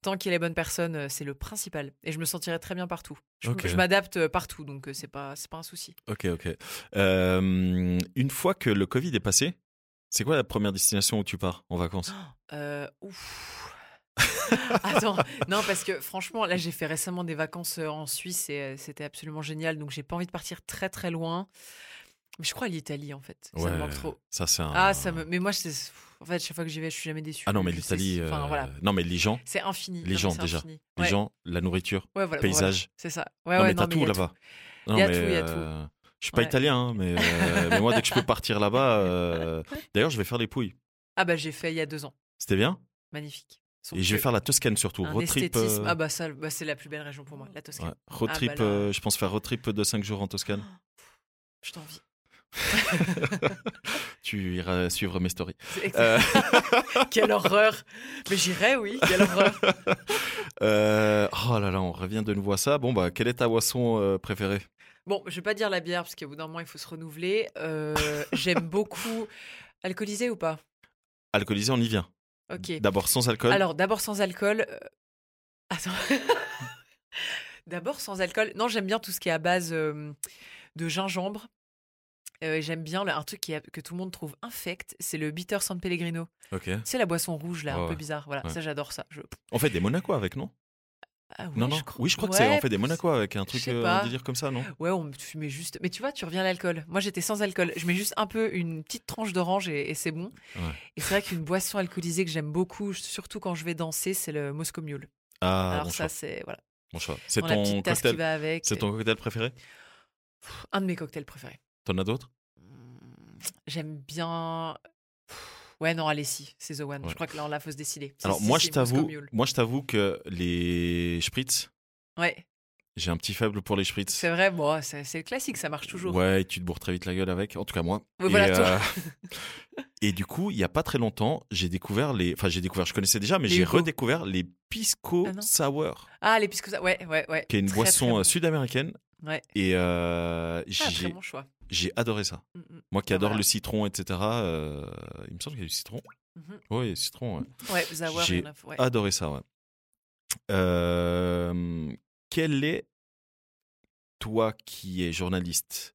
Speaker 11: tant qu'il y a les bonnes personnes, euh, c'est le principal. Et je me sentirai très bien partout. Je,
Speaker 10: Ok.
Speaker 11: je m'adapte euh, partout, donc euh, c'est pas, c'est pas un souci.
Speaker 10: Ok, ok. Euh, une fois que le Covid est passé, c'est quoi la première destination où tu pars en vacances
Speaker 11: Euh, ouf. Attends, non, parce que franchement, là, j'ai fait récemment des vacances euh, en Suisse et euh, c'était absolument génial. Donc, j'ai pas envie de partir très, très loin. Mais je crois à l'Italie, en fait. Ça me manque trop.
Speaker 10: Ça, c'est un-
Speaker 11: Ah, ça me. Mais moi, c'est- pff, en fait, chaque fois que j'y vais, je suis jamais déçue.
Speaker 10: Ah non, mais
Speaker 11: Je sais-
Speaker 10: l'Italie. euh,
Speaker 11: Enfin, voilà.
Speaker 10: Non, mais les gens,
Speaker 11: C'est infini.
Speaker 10: les
Speaker 11: Non, mais
Speaker 10: gens,
Speaker 11: c'est
Speaker 10: déjà.
Speaker 11: infini.
Speaker 10: les
Speaker 11: Ouais.
Speaker 10: gens, la nourriture,
Speaker 11: Ouais, voilà,
Speaker 10: paysage.
Speaker 11: voilà. C'est ça. Ouais,
Speaker 10: non,
Speaker 11: ouais,
Speaker 10: mais t'as
Speaker 11: il y
Speaker 10: tout
Speaker 11: a
Speaker 10: là-bas. Non,
Speaker 11: Il y a
Speaker 10: mais,
Speaker 11: tout, il y a tout.
Speaker 10: euh, Je suis pas
Speaker 11: Ouais.
Speaker 10: italien, hein, mais, euh, mais moi, dès que je peux partir là-bas. euh, D'ailleurs, je vais faire les Pouilles.
Speaker 11: Ah, bah, j'ai fait il y a deux ans.
Speaker 10: C'était bien
Speaker 11: Magnifique. Sauf
Speaker 10: Et je vais
Speaker 11: que
Speaker 10: faire la Toscane surtout.
Speaker 11: un
Speaker 10: Road trip.
Speaker 11: esthétisme.
Speaker 10: euh,
Speaker 11: Ah, bah, ça, bah, c'est la plus belle région pour moi, la Toscane.
Speaker 10: Ouais. Road
Speaker 11: Ah,
Speaker 10: trip,
Speaker 11: bah là.
Speaker 10: euh, je pense faire road trip de 5 jours en Toscane.
Speaker 11: Je t'envie.
Speaker 10: tu iras suivre mes stories.
Speaker 11: C'est
Speaker 10: Euh,
Speaker 11: Quelle horreur Mais j'irai, oui, quelle horreur
Speaker 10: euh, oh là là, on revient de nouveau à ça. Bon, bah, quelle est ta boisson euh, préférée
Speaker 11: Bon, je vais pas dire la bière, parce qu'au bout d'un moment, il faut se renouveler. Euh, J'aime beaucoup... Alcoolisé ou pas
Speaker 10: Alcoolisée, on y vient.
Speaker 11: Ok.
Speaker 10: D'abord euh. sans alcool.
Speaker 11: Alors, d'abord sans alcool... euh, Attends... D'abord sans alcool. Non, j'aime bien tout ce qui est à base euh, de gingembre. Euh, j'aime bien le- un truc qui est- que tout le monde trouve infect, c'est le bitter San Pellegrino.
Speaker 10: ok.
Speaker 11: Tu sais la boisson rouge là,
Speaker 10: Ouais,
Speaker 11: un peu
Speaker 10: ouais.
Speaker 11: bizarre. Voilà,
Speaker 10: Ouais.
Speaker 11: ça j'adore ça. Je-
Speaker 10: On fait des Monaco avec, non
Speaker 11: Ah ouais,
Speaker 10: Non, non.
Speaker 11: crois-
Speaker 10: Oui, je crois que
Speaker 11: Ouais,
Speaker 10: c'est. On fait des Monaco avec un
Speaker 11: je
Speaker 10: truc,
Speaker 11: sais
Speaker 10: euh,
Speaker 11: pas.
Speaker 10: un délire comme ça, non
Speaker 11: Ouais, on fumait juste. Mais tu vois, tu reviens à l'alcool. Moi, j'étais sans alcool. Je mets juste un peu une petite tranche d'orange et, et c'est bon.
Speaker 10: Ouais.
Speaker 11: Et c'est vrai qu'une boisson alcoolisée que j'aime beaucoup, surtout quand je vais danser, c'est le Moscow Mule.
Speaker 10: Ah,
Speaker 11: Alors
Speaker 10: bon,
Speaker 11: ça,
Speaker 10: choix.
Speaker 11: c'est voilà.
Speaker 10: bon choix. C'est
Speaker 11: Dans la
Speaker 10: ton
Speaker 11: petite tasse qui
Speaker 10: cocktail.
Speaker 11: va avec.
Speaker 10: C'est ton cocktail préféré
Speaker 11: Pff, Un de mes cocktails préférés.
Speaker 10: T'en as d'autres
Speaker 11: Hmm, J'aime bien. Pff, Ouais, non, allez, si, c'est The One.
Speaker 10: Ouais.
Speaker 11: Je crois que là, on la faut se décider. Si,
Speaker 10: Alors
Speaker 11: si,
Speaker 10: moi,
Speaker 11: si,
Speaker 10: je
Speaker 11: Moscow
Speaker 10: t'avoue,
Speaker 11: Mule.
Speaker 10: moi, je t'avoue que les spritz,
Speaker 11: Ouais,
Speaker 10: j'ai un petit faible pour les spritz.
Speaker 11: c'est vrai, bon, c'est c'est le classique, ça marche toujours.
Speaker 10: Ouais, et tu te bourres très vite la gueule avec. En tout cas, moi.
Speaker 11: Ouais, voilà, toi.
Speaker 10: euh, et du coup, il n'y a pas très longtemps, j'ai découvert les. Enfin, j'ai découvert, je connaissais déjà, mais
Speaker 11: Les
Speaker 10: j'ai
Speaker 11: Hugo.
Speaker 10: redécouvert les Pisco
Speaker 11: Ah non.
Speaker 10: Sour,
Speaker 11: Ah, les pisco, ouais, ouais, ouais.
Speaker 10: qui est une
Speaker 11: Très,
Speaker 10: boisson
Speaker 11: très bon.
Speaker 10: euh, sud-américaine.
Speaker 11: Ouais.
Speaker 10: Et euh,
Speaker 11: Ah, très
Speaker 10: j'ai
Speaker 11: bon choix.
Speaker 10: j'ai adoré ça.
Speaker 11: Mm, mm,
Speaker 10: Moi qui
Speaker 11: Ah,
Speaker 10: adore
Speaker 11: voilà.
Speaker 10: le citron, etc. euh, il me semble qu'il y a du citron.
Speaker 11: mhm.
Speaker 10: Oui, citron. ouais.
Speaker 11: Ouais, The One,
Speaker 10: J'ai
Speaker 11: on a- ouais.
Speaker 10: Adoré ça, ouais. Euh, quel est, toi qui es journaliste,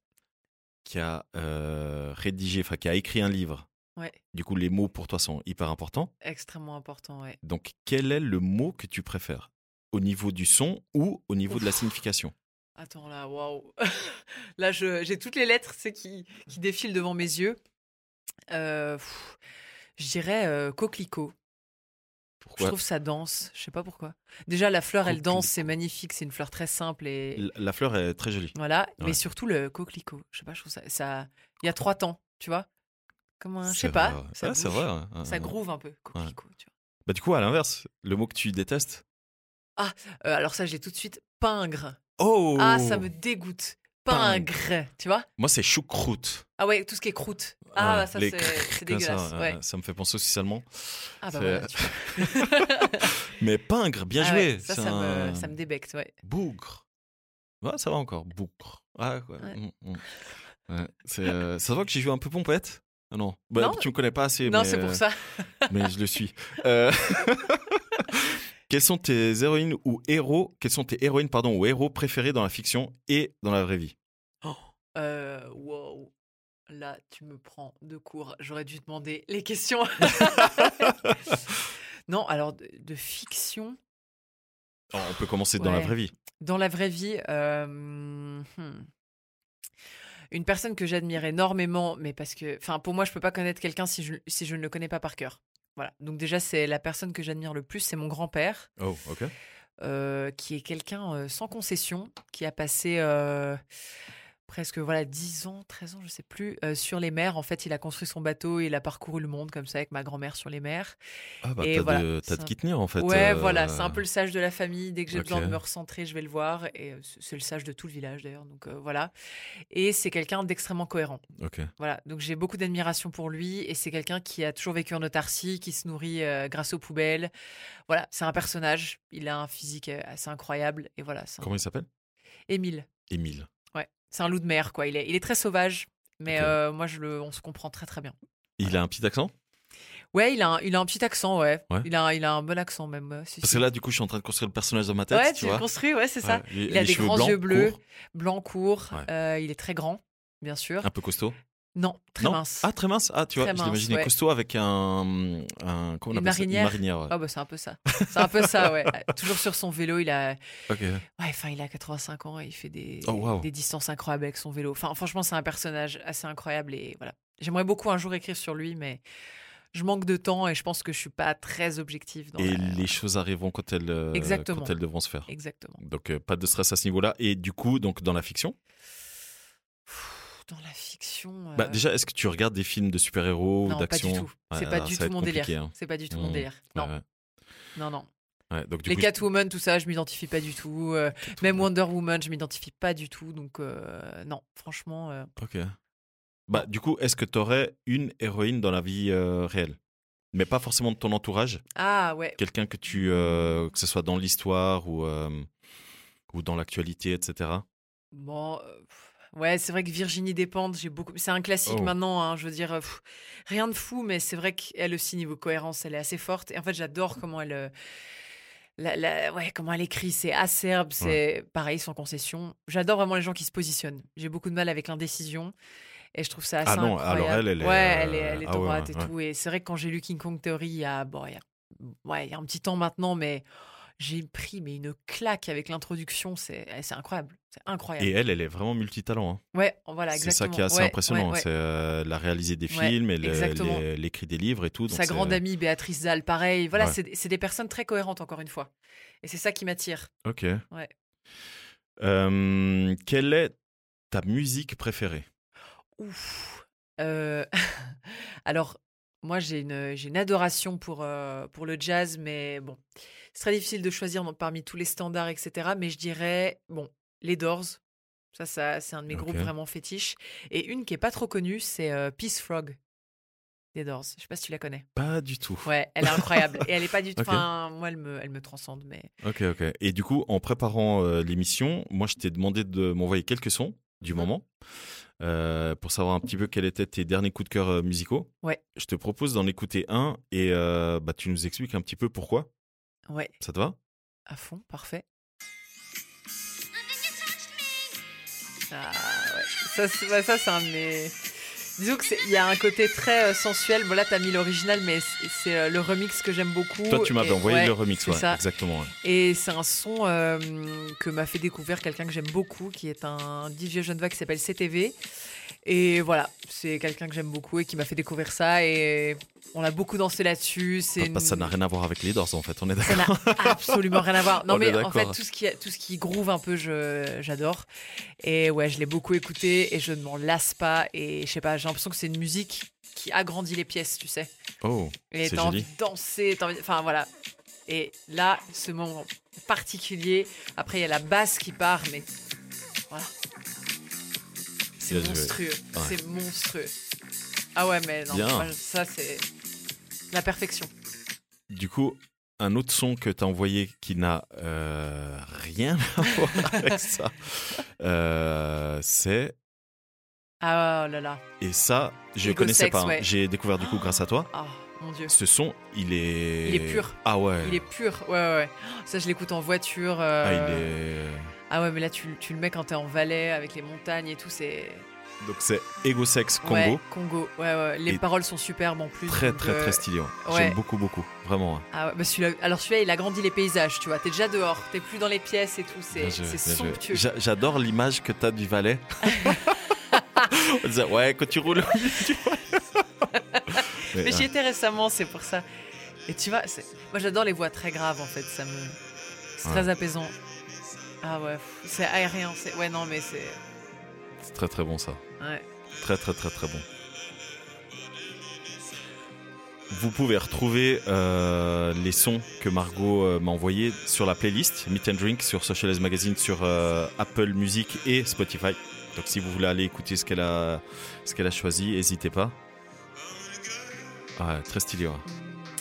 Speaker 10: qui a euh, rédigé, enfin qui a écrit un livre,
Speaker 11: Ouais.
Speaker 10: Du coup, les mots pour toi sont hyper importants.
Speaker 11: Extrêmement important, ouais.
Speaker 10: Donc, quel est le mot que tu préfères au niveau du son ou au niveau de la signification
Speaker 11: Attends là, waouh. là, je- j'ai toutes les lettres c'est qui, qui défilent devant mes yeux. Euh, pff, je dirais euh, coquelicot. Je
Speaker 10: Pourquoi
Speaker 11: trouve ça danse, je sais pas pourquoi. Déjà, la fleur, elle danse,
Speaker 10: Coquelicot.
Speaker 11: c'est magnifique, c'est une fleur très simple et
Speaker 10: La la fleur est très jolie.
Speaker 11: voilà. Mais
Speaker 10: Ouais.
Speaker 11: surtout le coquelicot, je sais pas, je trouve ça, ça. Il y a trois temps, tu vois. Comme un, je
Speaker 10: C'est
Speaker 11: sais pas.
Speaker 10: vrai.
Speaker 11: Ça,
Speaker 10: Ouais, c'est
Speaker 11: bouge,
Speaker 10: vrai. ouais. Ouais,
Speaker 11: ça
Speaker 10: ouais.
Speaker 11: groove un peu, coquelicot. Tu vois.
Speaker 10: Bah, du coup, à l'inverse, le mot que tu détestes.
Speaker 11: Euh, alors ça, je l'ai tout de suite. Pingre.
Speaker 10: Oh
Speaker 11: Ah, ça me dégoûte. Pingre, tu vois.
Speaker 10: Moi, c'est choucroute.
Speaker 11: Ah ouais, tout ce qui est croûte. Ah,
Speaker 10: Ouais,
Speaker 11: bah, ça,
Speaker 10: les
Speaker 11: c'est
Speaker 10: crrr
Speaker 11: c'est
Speaker 10: comme ça,
Speaker 11: dégueulasse.
Speaker 10: ouais,
Speaker 11: ouais.
Speaker 10: ouais, Ça me fait penser aussi seulement.
Speaker 11: Ah bah
Speaker 10: c'est-
Speaker 11: voilà, tu vois.
Speaker 10: Mais pingre, bien
Speaker 11: Ah
Speaker 10: joué.
Speaker 11: ouais, ça,
Speaker 10: c'est
Speaker 11: ça,
Speaker 10: un
Speaker 11: me, ça me débecte, ouais.
Speaker 10: Bougre. Ouais, ça va encore. Bougre. Ah, ouais.
Speaker 11: Ouais.
Speaker 10: mm, mm. Ouais, c'est, euh, ça se voit que j'ai joué un peu pompette Ah non. Bah,
Speaker 11: Non.
Speaker 10: Tu me connais pas assez.
Speaker 11: Non,
Speaker 10: mais,
Speaker 11: c'est pour
Speaker 10: euh,
Speaker 11: ça.
Speaker 10: mais je le suis. Euh, Quelles sont tes héroïnes ou héros Quelles sont tes héroïnes pardon ou héros préférés dans la fiction et dans la vraie vie
Speaker 11: Euh, wow. Là, tu me prends de court. J'aurais dû demander les questions. non, alors, de, de fiction.
Speaker 10: Oh, on peut commencer dans la
Speaker 11: Ouais.
Speaker 10: vraie vie.
Speaker 11: Dans la vraie vie, euh, hmm. une personne que j'admire énormément, mais parce que, enfin, pour moi, je peux pas connaître quelqu'un si je, si je ne le connais pas par cœur. Voilà. Donc déjà, c'est la personne que j'admire le plus, c'est mon grand-père,
Speaker 10: Oh, ok.
Speaker 11: euh, qui est quelqu'un euh, sans concession, qui a passé euh, presque voilà 10 ans, 13 ans, je sais plus, euh, sur les mers. En fait, il a construit son bateau, et il a parcouru le monde comme ça avec ma grand-mère sur les mers.
Speaker 10: Ah bah
Speaker 11: Et
Speaker 10: t'as
Speaker 11: voilà,
Speaker 10: de, t'as
Speaker 11: c'est
Speaker 10: de
Speaker 11: un-
Speaker 10: qui tenir en fait.
Speaker 11: ouais,
Speaker 10: euh,
Speaker 11: voilà, c'est un peu le sage de la famille. Dès que j'ai besoin de
Speaker 10: ok.
Speaker 11: me recentrer, je vais le voir. Et euh, c'est- c'est le sage de tout le village d'ailleurs. Donc euh, voilà. Et c'est quelqu'un d'extrêmement cohérent.
Speaker 10: Ok.
Speaker 11: Voilà. Donc j'ai beaucoup d'admiration pour lui. Et c'est quelqu'un qui a toujours vécu en autarcie, qui se nourrit euh, grâce aux poubelles. Voilà, c'est un personnage. Il a un physique euh, assez incroyable. Et voilà, c'est un-
Speaker 10: Comment il s'appelle
Speaker 11: Émile.
Speaker 10: Émile.
Speaker 11: Ouais, c'est un loup de mer quoi. Il est, il est très sauvage. Mais
Speaker 10: Ok.
Speaker 11: euh, moi, je le, on se comprend très très bien.
Speaker 10: Il a un petit accent
Speaker 11: Ouais, il a un, il a un petit accent, ouais.
Speaker 10: Ouais.
Speaker 11: Il, a un, il a un bon accent même. ouais, si,
Speaker 10: Parce
Speaker 11: si.
Speaker 10: que là, du coup, je suis en train de construire le personnage dans ma tête.
Speaker 11: Ouais,
Speaker 10: tu
Speaker 11: tu
Speaker 10: vois
Speaker 11: le construis, ouais, c'est ça.
Speaker 10: Ouais, les-
Speaker 11: Il a
Speaker 10: les
Speaker 11: des
Speaker 10: cheveux
Speaker 11: grands
Speaker 10: blancs,
Speaker 11: yeux bleus,
Speaker 10: courts,
Speaker 11: blanc court.
Speaker 10: Ouais.
Speaker 11: euh, il est très grand, bien sûr.
Speaker 10: un peu costaud.
Speaker 11: Non, très
Speaker 10: non
Speaker 11: mince.
Speaker 10: Ah, très mince. Ah, tu vois,
Speaker 11: Très
Speaker 10: je
Speaker 11: mince,
Speaker 10: l'imaginais
Speaker 11: ouais.
Speaker 10: costaud avec un. un comment on
Speaker 11: Une
Speaker 10: appelle ça
Speaker 11: marinière.
Speaker 10: marinière. ouais.
Speaker 11: Ah bah c'est un peu ça. C'est un peu ça, ouais. Euh, Toujours sur son vélo, il a, ouais,
Speaker 10: Ok.
Speaker 11: enfin il a 85 ans et il fait des,
Speaker 10: Oh, wow.
Speaker 11: des distances incroyables avec son vélo. Enfin franchement c'est un personnage assez incroyable et voilà. J'aimerais beaucoup un jour écrire sur lui, mais je manque de temps et je pense que je suis pas très objective. Dans
Speaker 10: Et
Speaker 11: la-
Speaker 10: les choses arriveront quand elles, euh,
Speaker 11: Exactement.
Speaker 10: quand elles devront se faire.
Speaker 11: Exactement.
Speaker 10: Donc, euh, pas de stress à ce niveau-là. Et du coup, donc, dans la fiction,
Speaker 11: Pff, Dans la fiction.
Speaker 10: bah,
Speaker 11: euh,
Speaker 10: déjà, est-ce que tu regardes des films de super-héros ou
Speaker 11: non, pas
Speaker 10: d'action
Speaker 11: du tout. C'est
Speaker 10: Ouais,
Speaker 11: pas
Speaker 10: non,
Speaker 11: du
Speaker 10: ça va
Speaker 11: tout
Speaker 10: être
Speaker 11: mon délire.
Speaker 10: compliqué, hein.
Speaker 11: C'est pas du tout mon
Speaker 10: Mmh.
Speaker 11: délire.
Speaker 10: Ouais,
Speaker 11: Non,
Speaker 10: ouais.
Speaker 11: non, non.
Speaker 10: Ouais, donc, du
Speaker 11: les
Speaker 10: coup,
Speaker 11: Catwoman, tout ça, je m'identifie pas du tout. Euh,
Speaker 10: Catwoman.
Speaker 11: même Wonder Woman, je m'identifie pas du tout. Donc euh, non, franchement, euh,
Speaker 10: Ok. Bah, du coup, est-ce que tu aurais une héroïne dans la vie euh, réelle Mais pas forcément de ton entourage,
Speaker 11: ah ouais,
Speaker 10: quelqu'un que tu. euh, que ce soit dans l'histoire ou, euh, ou dans l'actualité, etc.
Speaker 11: bon. euh, pff, Ouais, c'est vrai que Virginie Despentes, j'ai beaucoup. C'est un classique
Speaker 10: Oh.
Speaker 11: maintenant, hein, je veux dire, euh, pff, rien de fou, mais c'est vrai qu'elle aussi niveau cohérence, elle est assez forte. Et en fait,
Speaker 10: Mmh.
Speaker 11: j'adore comment elle, euh, la- la- ouais, comment elle écrit, c'est acerbe, c'est pareil sans concession. J'adore vraiment les gens qui se positionnent. J'ai beaucoup de mal avec l'indécision, et je trouve ça assez
Speaker 10: Ah non,
Speaker 11: incroyable.
Speaker 10: alors elle, elle est,
Speaker 11: ouais, elle est,
Speaker 10: euh,
Speaker 11: elle est
Speaker 10: ah ouais,
Speaker 11: droite
Speaker 10: ouais,
Speaker 11: et tout. Et c'est vrai que quand j'ai lu King Kong Theory, il y a, bon, il y a, ouais, il y a un petit temps maintenant, mais j'ai pris mais une claque avec l'introduction. C'est, eh, c'est incroyable, c'est incroyable.
Speaker 10: Et elle, elle est vraiment multitalent. hein.
Speaker 11: Ouais, voilà,
Speaker 10: c'est
Speaker 11: Bah, exactement.
Speaker 10: ça qui est assez
Speaker 11: Ouais,
Speaker 10: impressionnant.
Speaker 11: ouais, ouais.
Speaker 10: C'est, euh, elle a réalisé des
Speaker 11: Ouais,
Speaker 10: films, elle, euh,
Speaker 11: exactement.
Speaker 10: elle- elle écrit des livres et tout. donc
Speaker 11: Sa
Speaker 10: c'est-
Speaker 11: grande amie Béatrice Dalle, pareil. Voilà,
Speaker 10: Ouais.
Speaker 11: c'est, c'est des personnes très cohérentes, encore une fois. Et c'est ça qui m'attire.
Speaker 10: Ok.
Speaker 11: Ouais.
Speaker 10: Euh, quelle est ta musique préférée
Speaker 11: Ouf. Euh, Alors, moi, j'ai une, j'ai une adoration pour, euh, pour le jazz, mais bon, c'est très difficile de choisir dans- parmi tous les standards, etc. Mais je dirais, bon, les Doors. Ça, ça c'est un de mes groupes
Speaker 10: Ok.
Speaker 11: vraiment fétiches. Et une qui est pas trop connue, c'est euh, Peace Frog des Doors. Je sais pas si tu la connais.
Speaker 10: Pas du tout.
Speaker 11: Ouais, elle est incroyable. Et elle est pas du tout.
Speaker 10: Ok.
Speaker 11: Enfin, moi, elle me, elle me transcende, mais.
Speaker 10: Ok, ok. Et du coup, en préparant euh, l'émission, moi, je t'ai demandé de m'envoyer quelques sons
Speaker 11: Mmh.
Speaker 10: du moment euh, pour savoir un petit peu quels étaient tes derniers coups de cœur euh, musicaux.
Speaker 11: Ouais.
Speaker 10: Je te propose d'en écouter un et euh, bah, tu nous expliques un petit peu pourquoi.
Speaker 11: Ouais,
Speaker 10: Ça te va
Speaker 11: à fond, parfait. Ah ouais, ça, c'est- bah, ça, c'est un de mes. Disons que c'est- il y a un côté très euh, sensuel. Bon là t'as mis l'original, mais c'est- c'est euh, le remix que j'aime beaucoup.
Speaker 10: Toi, tu m'avais
Speaker 11: Et-
Speaker 10: envoyé
Speaker 11: ouais,
Speaker 10: le remix,
Speaker 11: c'est
Speaker 10: ouais,
Speaker 11: ça.
Speaker 10: exactement. ouais.
Speaker 11: Et c'est un son euh, que m'a fait découvrir quelqu'un que j'aime beaucoup, qui est un DJ Geneva qui s'appelle CTV. Et voilà, c'est quelqu'un que j'aime beaucoup et qui m'a fait découvrir ça. Et on a beaucoup dansé là-dessus. C'est
Speaker 10: Bah, bah, Ça
Speaker 11: une-
Speaker 10: n'a rien à voir avec les Doors, en fait. On est d'accord.
Speaker 11: ça n'a absolument rien à voir. Non,
Speaker 10: On est
Speaker 11: mais en fait,
Speaker 10: d'accord.
Speaker 11: tout ce, qui, tout ce qui groove un peu, je- j'adore. Et ouais, je l'ai beaucoup écouté et je ne m'en lasse pas. Et je sais pas, j'ai l'impression que c'est une musique qui agrandit les pièces, tu sais.
Speaker 10: Oh,
Speaker 11: Et
Speaker 10: C'est
Speaker 11: t'as envie
Speaker 10: joli.
Speaker 11: de danser, t'as envie. Enfin, voilà. Et là, ce moment particulier. Après, il y a la basse qui part, mais. Voilà. C'est
Speaker 10: Bien joué.
Speaker 11: monstrueux.
Speaker 10: Ouais.
Speaker 11: C'est monstrueux. Ah ouais, mais non,
Speaker 10: Bien.
Speaker 11: moi, je- ça, c'est la perfection.
Speaker 10: du coup, un autre son que tu as envoyé qui n'a euh, rien à voir avec ça, euh, c'est.
Speaker 11: Ah oh là là.
Speaker 10: Et ça, je
Speaker 11: Ego
Speaker 10: connaissais
Speaker 11: Sex,
Speaker 10: pas. hein.
Speaker 11: ouais.
Speaker 10: J'ai découvert du coup grâce à toi.
Speaker 11: Ah, mon Dieu.
Speaker 10: Ce son, il est.
Speaker 11: Il est pur.
Speaker 10: Ah ouais.
Speaker 11: Il est pur, ouais, ouais, ouais. Ça, je l'écoute en voiture. euh,
Speaker 10: Ah, il est.
Speaker 11: Ah ouais, mais là, tu, tu le mets quand t'es en Valais avec les montagnes et tout, c'est.
Speaker 10: Donc c'est Ego Sex Congo.
Speaker 11: Ouais, Congo. Ouais, ouais. Les
Speaker 10: Et-
Speaker 11: paroles sont superbes en plus.
Speaker 10: Très
Speaker 11: donc,
Speaker 10: très
Speaker 11: euh,
Speaker 10: très stylé. ouais.
Speaker 11: ouais.
Speaker 10: J'aime beaucoup beaucoup. Vraiment. hein. ouais.
Speaker 11: Ah ouais, bah celui-là- alors celui-là, il agrandit les paysages, tu vois. T'es déjà dehors, t'es plus dans les pièces et tout.
Speaker 10: Bien
Speaker 11: C'est
Speaker 10: joué,
Speaker 11: c'est
Speaker 10: bien joué.
Speaker 11: somptueux.
Speaker 10: J'a- J'adore l'image que t'as du valet. On disait, ouais, quand tu roules. Mais,
Speaker 11: Mais j'y
Speaker 10: ouais.
Speaker 11: étais récemment, c'est pour ça. Et tu vois, c'est- moi j'adore les voix très graves en fait, ça me. C'est
Speaker 10: Ouais.
Speaker 11: très apaisant. Ah ouais, pff, c'est aérien. c'est- Ouais, non, mais c'est.
Speaker 10: C'est très très bon ça.
Speaker 11: Ouais.
Speaker 10: Très très très très bon. Vous pouvez retrouver euh, les sons que Margot euh, m'a envoyés sur la playlist Meet and Drink sur Socialize Magazine, sur euh, Apple Music et Spotify. Donc si vous voulez aller écouter ce qu'elle a, ce qu'elle a choisi, n'hésitez pas. Ouais, très stylé. ouais.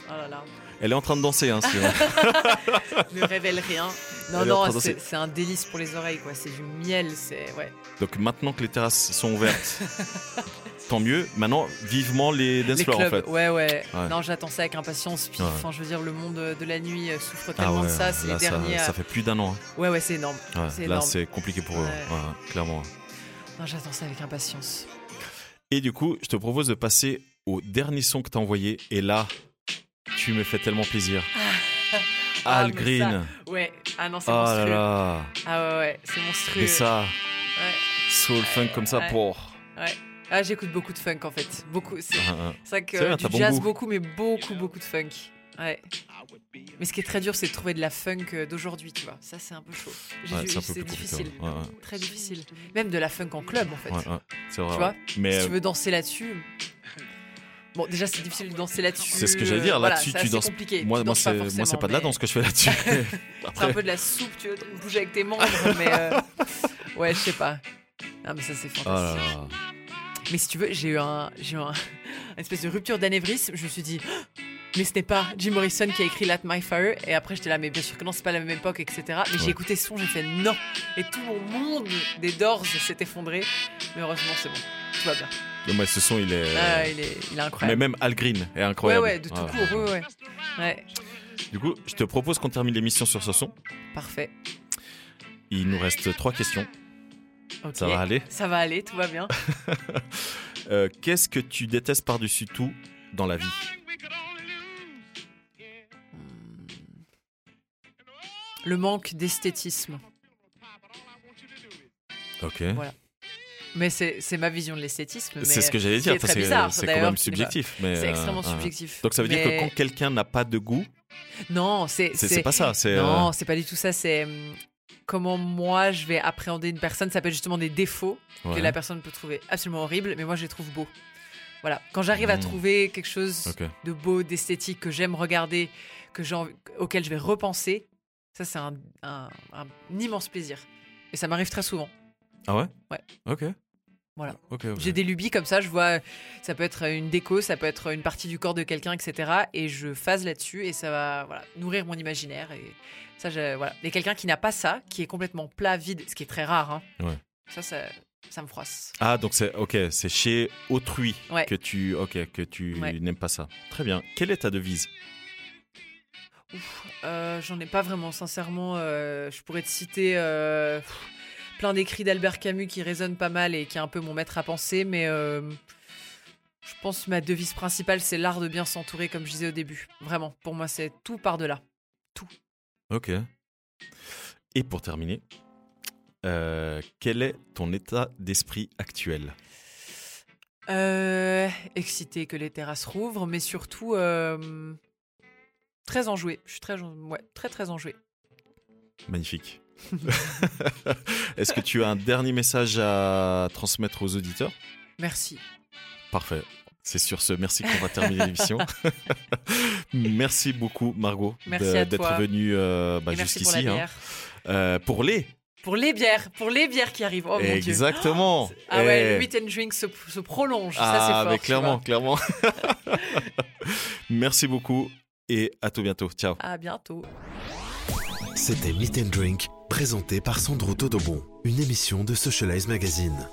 Speaker 11: Oh là là.
Speaker 10: Elle est en train de danser, hein, sinon.
Speaker 11: ne révèle rien. Non,
Speaker 10: Elle est en train
Speaker 11: non,
Speaker 10: de
Speaker 11: c'est
Speaker 10: danser.
Speaker 11: c'est un délice pour les oreilles, quoi. C'est du miel, c'est. Ouais.
Speaker 10: Donc maintenant que les terrasses sont ouvertes, tant mieux. Maintenant, vivement les dance
Speaker 11: Les
Speaker 10: floors,
Speaker 11: clubs,
Speaker 10: en fait.
Speaker 11: ouais, ouais,
Speaker 10: Ouais.
Speaker 11: Non, j'attends ça avec impatience. Puis,
Speaker 10: Ouais.
Speaker 11: enfin, je veux dire, le monde euh, de la nuit euh, souffre
Speaker 10: Ah
Speaker 11: tellement
Speaker 10: ouais,
Speaker 11: de ça. C'est les
Speaker 10: là, ça,
Speaker 11: derniers. à-
Speaker 10: ça fait plus d'un an. hein.
Speaker 11: Ouais, ouais, c'est énorme.
Speaker 10: Ouais,
Speaker 11: C'est
Speaker 10: là,
Speaker 11: énorme.
Speaker 10: c'est compliqué pour eux,
Speaker 11: Ouais.
Speaker 10: ouais, ouais, clairement.
Speaker 11: Non, j'attends ça avec impatience.
Speaker 10: Et du coup, je te propose de passer au dernier son que t'as envoyé. Et là, tu me fais tellement plaisir.
Speaker 11: Ah,
Speaker 10: Al
Speaker 11: mais
Speaker 10: Green.
Speaker 11: Ouais. Ah non, c'est
Speaker 10: Oh là
Speaker 11: monstrueux.
Speaker 10: là.
Speaker 11: Ah ouais, ouais, c'est monstrueux.
Speaker 10: Mais ça,
Speaker 11: Ouais.
Speaker 10: soul funk comme ça,
Speaker 11: Ouais.
Speaker 10: pour.
Speaker 11: Ah, j'écoute beaucoup de funk en fait. Beaucoup. C'est
Speaker 10: Ouais, ouais.
Speaker 11: c'est vrai que
Speaker 10: Ah. C'est bien,
Speaker 11: euh,
Speaker 10: t'as
Speaker 11: du
Speaker 10: bon
Speaker 11: jazz
Speaker 10: goût.
Speaker 11: beaucoup, mais beaucoup, beaucoup de funk. Ouais. Mais ce qui est très dur, c'est de trouver de la funk euh, d'aujourd'hui, tu vois. Ça, c'est un peu chaud. J'ai
Speaker 10: Ouais,
Speaker 11: dû-
Speaker 10: c'est un peu plus
Speaker 11: c'est difficile.
Speaker 10: compliqué. ouais. Ouais, ouais.
Speaker 11: Très difficile. Même de la funk en club, en fait.
Speaker 10: Ouais, ouais. C'est vrai.
Speaker 11: Tu vois,
Speaker 10: ouais. Mais euh,
Speaker 11: si tu veux danser là-dessus. Bon, déjà, c'est difficile de danser là-dessus.
Speaker 10: C'est ce que j'allais dire,
Speaker 11: euh, voilà,
Speaker 10: là-dessus,
Speaker 11: c'est
Speaker 10: tu
Speaker 11: assez
Speaker 10: danses-
Speaker 11: compliqué.
Speaker 10: moi,
Speaker 11: Tu
Speaker 10: moi,
Speaker 11: danses pas
Speaker 10: c'est, moi, c'est
Speaker 11: forcément,
Speaker 10: pas de la
Speaker 11: mais
Speaker 10: danse que je fais là-dessus. Ah
Speaker 11: C'est un
Speaker 10: Après,
Speaker 11: peu de la soupe, tu veux bouger avec tes membres, mais. euh, Ouais, je sais pas. Ah, mais ça, c'est
Speaker 10: oh là
Speaker 11: fantastique.
Speaker 10: là.
Speaker 11: Mais si tu veux, j'ai eu un, j'ai eu un, une espèce de rupture d'anévrisme. Je me suis dit, Ah, mais ce n'est pas Jim Morrison qui a écrit Light My Fire. Et après, j'étais là, mais bien sûr que non, c'est pas la même époque, etc. Mais
Speaker 10: Ouais.
Speaker 11: j'ai écouté ce son, j'ai fait non. Et tout mon monde des Doors s'est effondré. Mais heureusement, c'est bon. Tout va bien.
Speaker 10: Non, mais ce son, il est.
Speaker 11: Ah, il, est, il est
Speaker 10: Euh. mais
Speaker 11: incroyable.
Speaker 10: même Al Green est
Speaker 11: ouais,
Speaker 10: incroyable.
Speaker 11: ouais, de tout
Speaker 10: Ouais.
Speaker 11: court. Ouais, ouais. ouais,
Speaker 10: Du coup, je te propose qu'on termine l'émission sur ce son.
Speaker 11: parfait.
Speaker 10: Il nous reste trois questions.
Speaker 11: Ok.
Speaker 10: Ça va aller.
Speaker 11: Ça va aller, tout va bien.
Speaker 10: Euh, Qu'est-ce que tu détestes par-dessus tout dans la vie
Speaker 11: Hmm. Le manque d'esthétisme.
Speaker 10: Ok.
Speaker 11: Mais c'est c'est ma vision de l'esthétisme. mais-
Speaker 10: C'est ce que j'allais dire.
Speaker 11: qui est très
Speaker 10: c'est
Speaker 11: bizarre,
Speaker 10: c'est quand
Speaker 11: d'ailleurs,
Speaker 10: même
Speaker 11: qui n'est
Speaker 10: subjectif. mais,
Speaker 11: C'est
Speaker 10: euh,
Speaker 11: extrêmement
Speaker 10: ouais.
Speaker 11: subjectif.
Speaker 10: Donc ça veut dire que
Speaker 11: Mais-
Speaker 10: quand quelqu'un n'a pas de goût,
Speaker 11: Non, c'est.
Speaker 10: c'est c'est pas ça. C'est euh,
Speaker 11: Non, c'est pas du tout ça. C'est hum, comment moi je vais appréhender une personne. Ça peut être justement des défauts
Speaker 10: ouais.
Speaker 11: que la personne peut trouver absolument horribles, mais moi je les trouve beaux. Voilà. Quand j'arrive à
Speaker 10: Mm.
Speaker 11: trouver quelque chose
Speaker 10: Ok.
Speaker 11: de beau, d'esthétique, que j'aime regarder, que j'ai envie- auquel je vais repenser, ça c'est un, un- un immense plaisir. Et ça m'arrive très souvent.
Speaker 10: Ah ouais.
Speaker 11: Ouais.
Speaker 10: Ok.
Speaker 11: Voilà.
Speaker 10: Ok. ok.
Speaker 11: J'ai des lubies comme ça, je vois, ça peut être une déco, ça peut être une partie du corps de quelqu'un, etc. Et je phase là-dessus et ça va voilà, nourrir mon imaginaire. Et ça, je- voilà. Et quelqu'un qui n'a pas ça, qui est complètement plat, vide, ce qui est très rare, hein.
Speaker 10: Ouais.
Speaker 11: ça, ça, ça me froisse.
Speaker 10: Ah donc c'est ok. C'est chez autrui
Speaker 11: Ouais.
Speaker 10: que tu ok que tu
Speaker 11: Ouais.
Speaker 10: n'aimes pas ça. Très bien. Quelle est ta devise
Speaker 11: Euh, J'en ai pas vraiment, sincèrement. euh, je pourrais te citer euh, pff, plein d'écrits d'Albert Camus qui résonnent pas mal et qui est un peu mon maître à penser, mais euh, je pense que ma devise principale, c'est l'art de bien s'entourer, comme je disais au début. Vraiment, pour moi, c'est tout par de là.
Speaker 10: Ok. Et pour terminer, euh, quel est ton état d'esprit actuel
Speaker 11: Euh, excité que les terrasses rouvrent, mais surtout euh, très enjoué. Je suis très, en- ouais, très très enjoué.
Speaker 10: Magnifique. Est-ce que tu as un dernier message à transmettre aux auditeurs
Speaker 11: Merci.
Speaker 10: Parfait. C'est sur ce merci qu'on va terminer l'émission. merci beaucoup Margot
Speaker 11: Merci
Speaker 10: de-
Speaker 11: à
Speaker 10: d'être
Speaker 11: toi.
Speaker 10: venue euh, bah,
Speaker 11: Et merci pour la
Speaker 10: jusqu'ici. hein.
Speaker 11: bière.
Speaker 10: Euh, pour les.
Speaker 11: Pour les bières, pour les bières qui arrivent. Oh mon dieu.
Speaker 10: Exactement.
Speaker 11: Ah ouais,
Speaker 10: Eh.
Speaker 11: le meet and drink se, se prolonge. ça c'est
Speaker 10: Ah,
Speaker 11: fort.
Speaker 10: mais
Speaker 11: tu
Speaker 10: clairement,
Speaker 11: vois.
Speaker 10: clairement. merci beaucoup et à tout bientôt. Ciao.
Speaker 11: À bientôt.
Speaker 9: C'était Meet and Drink, présenté par Sandro Todobon, une émission de Socialize Magazine.